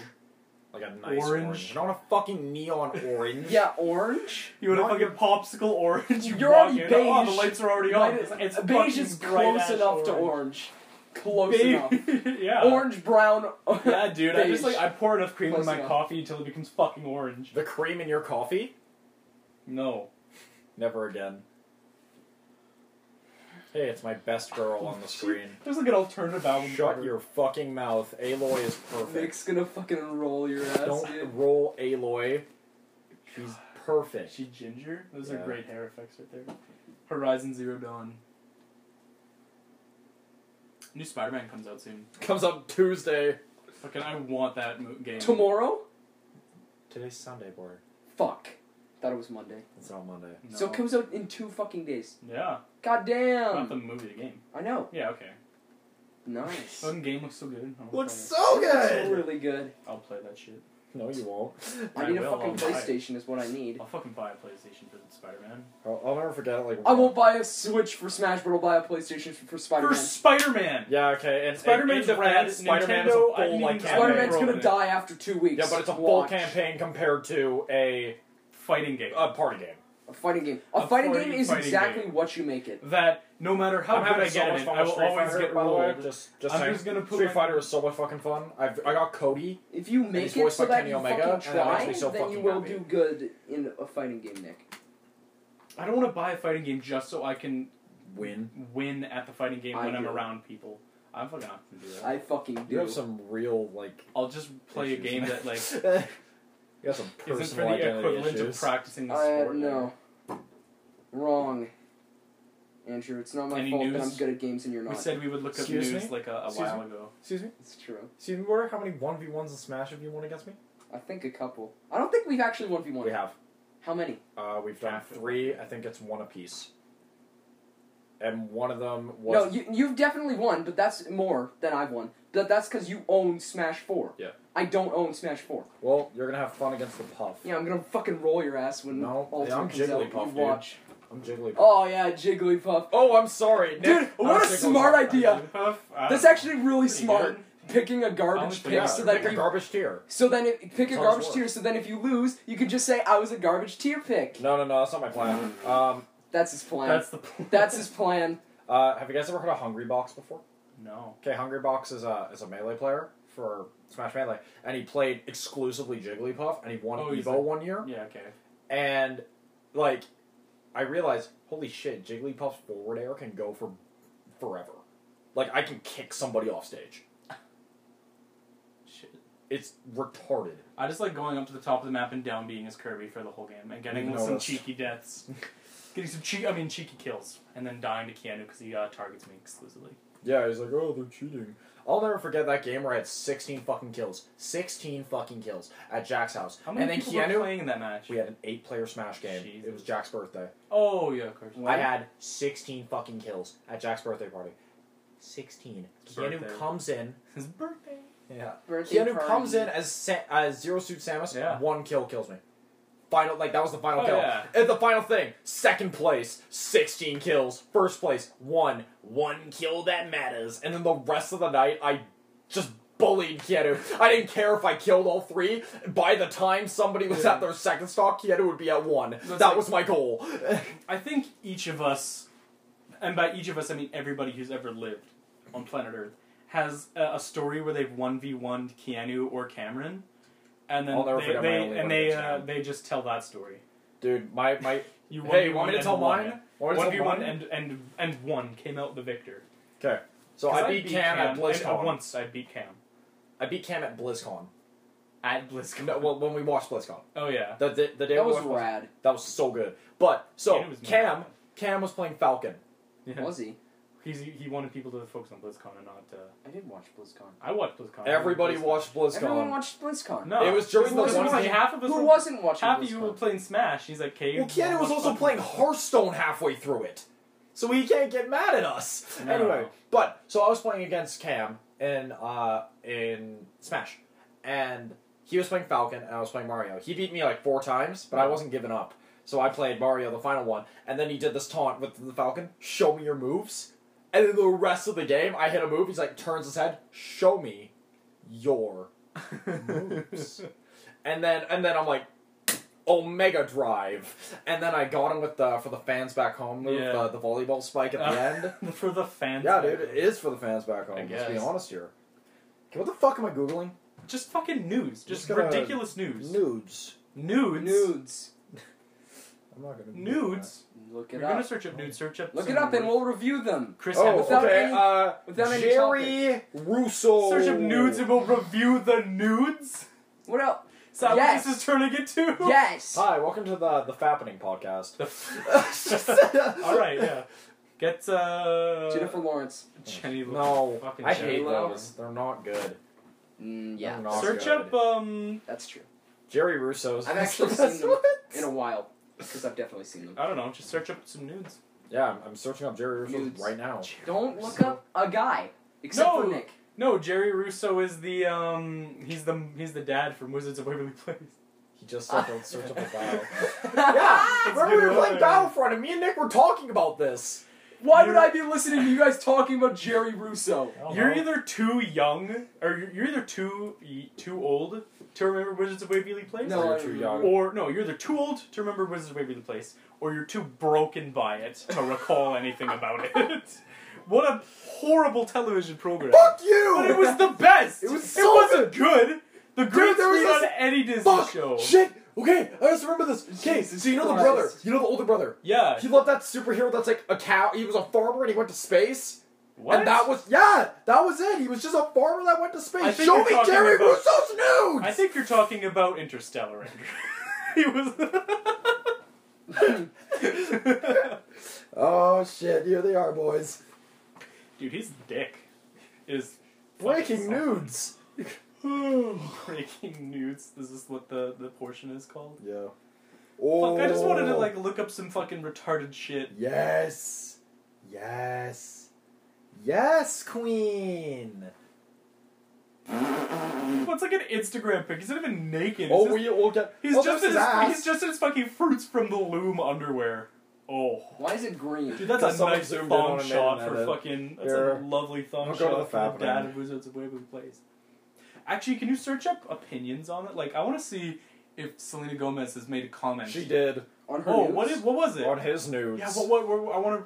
like a nice Orange? orange. I don't want a fucking *laughs* neon orange. Yeah, orange. You want a Not fucking popsicle orange? You You're walk already in, Oh, the beige. lights are already on. Mine is- It's beige is fucking bright close ash enough to orange. orange. Close *laughs* enough. Beige. *laughs* yeah. Orange brown. *laughs* Yeah, dude. I just beige. like I pour enough cream in Close my enough. coffee until it becomes fucking orange. The cream in your coffee? No. Never again. Hey, it's my best girl *laughs* on the screen. There's like an alternative album. Shut cover. your fucking mouth. Aloy is perfect. Nick's gonna fucking roll your ass. Don't dude. roll Aloy. She's perfect. She ginger. Those are Yeah. great hair effects right there. Horizon Zero Dawn. New Spider-Man comes out soon. comes up Tuesday. Fucking, I want that mo- game. Tomorrow? Today's Sunday, boy. Fuck. Thought it was Monday. It's on Monday. No. So it comes out in two fucking days. Yeah. God damn. Not the movie, the game. I know. Yeah. Okay. Nice. Fucking game looks so good. I'll Looks play it. so It's good! Oh, really good. I'll play that shit. No, you won't. I, I need a will, fucking I'll buy it. PlayStation is what I need. I'll fucking buy a PlayStation for Spider Man. I'll, I'll never forget it. Like I won't buy a Switch for Smash, but I'll buy a PlayStation for Spider-Man. For Spider Man! Yeah, okay. And Spider-Man's and- and rad, defense, Spider-Man is a Nintendo, I full mean, like campaign. Spider-Man's Bro, gonna man. die after two weeks. Yeah, but it's a full Watch. campaign compared to a, Fighting game. a party game. A fighting game. A, A fighting fighting- game is fighting exactly game. what you make it. that no matter how I'm good having I so get much in it, fun I with will Street always Fighter, get by the way. ruled. Just, just I'm saying. just gonna put Street my- Fighter is so much fucking fun. I've I got Cody. If you he's make it voiced so by that Kenny you Omega, fucking and that makes try, me so then you fucking will happy. do good in a fighting game, Nick. I don't want to buy a fighting game just so I can Win. win at the fighting game I when I'm do. around people. I'm fucking not gonna do that. I fucking You do. have some real like. I'll just play a issues. game *laughs* that like *laughs* you got some isn't for personal the identity equivalent issues. of practicing the I, sport. Uh, no. Wrong. Andrew, it's not my Any fault that news? I'm good at games and you're We not. said we would look up Excuse news me? like a, a Excuse while *laughs* me? ago. Excuse me. it's true. Excuse me, Warwick. How many one v ones in Smash have you won against me? I think a couple. I don't think we've actually one v one. We have. How many? Uh, we've done Half of three. I think it's one apiece. And one of them No, was you, you've definitely won, but that's more than I've won. But that's because you own Smash Four. Yeah. I don't own Smash Four. well. You're gonna have fun against the Puff. Yeah, I'm gonna fucking roll your ass when No, all yeah, I'm comes out. Jigglypuff, you dude. watch. I'm Jigglypuff. Oh yeah, Jigglypuff. Oh, I'm sorry, Nick. Dude, I'm what a Jigglypuff. smart idea. Puff, uh, That's actually really pretty smart. good. Picking a garbage Honestly, pick Yeah, so pick that a you garbage tier. So then, if, pick a Sounds garbage worse. tier. So then, if you lose, you can just say I was a garbage tier pick. No, no, no. That's not my plan. Um, That's his plan. *laughs* That's That's, the plan. his plan. uh, have you guys ever heard of Hungry Box before? *laughs* no. Okay, Hungry Box is a is a melee player for Smash Melee, and he played exclusively Jigglypuff, and he won Oh, Evo he's like- one year, Yeah. Okay. and like, I realized, holy shit, Jigglypuff's forward air can go for forever. Like, I can kick somebody off stage. Shit. It's retarded. *laughs* I just like going up to the top of the map and down being as Kirby for the whole game and getting We've some noticed. cheeky deaths, getting some cheek. I mean cheeky kills, and then dying to Keanu because he uh, targets me exclusively. Yeah, he's like, oh, they're cheating. I'll never forget that game where I had 16 fucking kills. 16 fucking kills at Jack's house. How many and then people were Keanu, playing in that match? we had an eight player Smash game. It was Jesus. Jack's birthday. Oh yeah, of course. I had 16 fucking kills at Jack's birthday party. 16. His Keanu birthday. comes in. his birthday. Yeah. Birthday Keanu party. comes in as Sa- as Zero Suit Samus. Yeah. One kill kills me. Final, like that was the final Oh, kill. yeah. And the final thing, second place, sixteen kills. First place, one, one kill that matters. And then the rest of the night, I just bullied Keanu. I didn't care if I killed all three. By the time somebody was Yeah. at their second stock, Keanu would be at one. that like- was my *laughs* goal. I think each of us, and by each of us I mean everybody who's ever lived on planet Earth, has a, a story where they've one v one Keanu or Cameron, and then I'll never they, forget my they- only and one they against uh, Cameron. they just tell that story. Dude, my my. You hey, you want 1v1 me to and tell won. mine? Want me to One tell v one mine? and and and one came out the victor. Okay. So 'Cause I beat, Cam, at and- uh, BlizzCon. Once I beat Cam I beat Cam at BlizzCon. at BlizzCon. No, well, when we watched BlizzCon, oh yeah, the, the, the day That we was watched BlizzCon, rad. that was so good. But so Keanu was Cam, mad. Cam was playing Falcon. Yeah. Was he? He's, he wanted people to focus on BlizzCon and not. Uh, I did watch BlizzCon. I watched BlizzCon. Everybody BlizzCon. watched BlizzCon. Everyone watched BlizzCon. No, It was during the because one only game- half of us Who were- wasn't watching Half of you were BlizzCon? playing Smash. He's like, "Cave." well, Keanu was also playing Hearthstone halfway through it, so he can't get mad at us. No. Anyway, but so I was playing against Cam in uh in Smash, and he was playing Falcon and I was playing Mario. He beat me like four times, but I Mm. wasn't giving up. So I played Mario the final one, and then he did this taunt with the Falcon. Show me your moves. And then the rest of the game, I hit a move. He's like, turns his head. Show me your *laughs* moves. and then and then I'm like, Omega Drive. And then I got him with the for the fans back home move, Yeah. the, the volleyball spike at *laughs* the end. for the fans. Yeah, dude, it is for the fans back home. I Let's be guess. honest here. Okay, what the fuck am I googling? Just fucking news. Just Just, gotta- ridiculous news. Nudes. nudes. Nudes. I'm not gonna. Google Nudes. Look You're it gonna up. search up nudes. Search up. Look some it up and word. we'll review them. that. Chris Oh, without okay. any- uh, without any Jerry Russo. Search up nudes and we'll Oh. review the nudes. What else? *laughs* Is that Yes. what this is turning into? Yes. Hi, welcome to the the Fappening podcast. *laughs* *laughs* The *laughs* All right. Yeah. Get uh. Jennifer Lawrence. Jenny. No, Fucking I Jenny hate Lo. those. They're not good. Mm, They're yeah, not Search good. up um. that's true. Jerry Russo's. I've *laughs* actually That's seen them. what? In a while, because I've definitely seen them. I don't know. Just search up some nudes. Yeah, I'm, I'm searching up Jerry Russo's Nudes. right now. Don't look up a guy except No. for Nick. No, Jerry Russo is the um. He's the he's the dad from Wizards of Waverly Place. He just said don't search up a *laughs* battle. *laughs* Ah, yeah. remember we were playing Battlefront and me and Nick were talking about this. Why would You're- I be listening to you guys talking about Jerry Russo? Oh, You're either too young, or you're you're either too y- too old to remember Wizards of Waverly Place, No. you're I- too young. or no, you're either too old to remember Wizards of Waverly Place, or you're too broken by it to recall *laughs* anything about it. *laughs* What a horrible television program! Fuck But it you! was the best. It was it so wasn't good. The greatest there was thing this- on any Disney *laughs* Fuck! show. Shit! Okay, I just remember this. Okay, Jesus so you know the Christ. brother. You know the older brother. Yeah. He loved that superhero that's like a cow. He was a farmer and he went to space. What? And that was yeah, that was it. He was just a farmer that went to I space. think Show you're me talking Jerry about- Russo's nudes. I think you're talking about Interstellar, Andrew. *laughs* he was. oh shit! Here they are, boys. *laughs* Dude, he's the dick. Is Breaking nudes. *sighs* Breaking nudes. Is this what the, the portion is called? Yeah. Oh. Fuck, I just wanted to like look up some fucking *laughs* retarded shit. Yes. Yes. Yes, Queen. What's like an Instagram pic? He's not even naked. oh, he's just, we will get. he's, well, just there's in his his, ass. he's just in his fucking fruits from the loom underwear. Oh. Why is it green? Dude, that's Because a someone nice zoomed in on thong him and shot that for is- fucking. That's Here. a lovely thong I'll go to shot the for Fab the dad now. of Wizards of Waverly Place. Actually, can you search up opinions on it? Like, I want to see if Selena Gomez has made a comment. She did. On her Oh, nudes? what, is, what was it? on his nudes. Yeah, what, what, what, I want to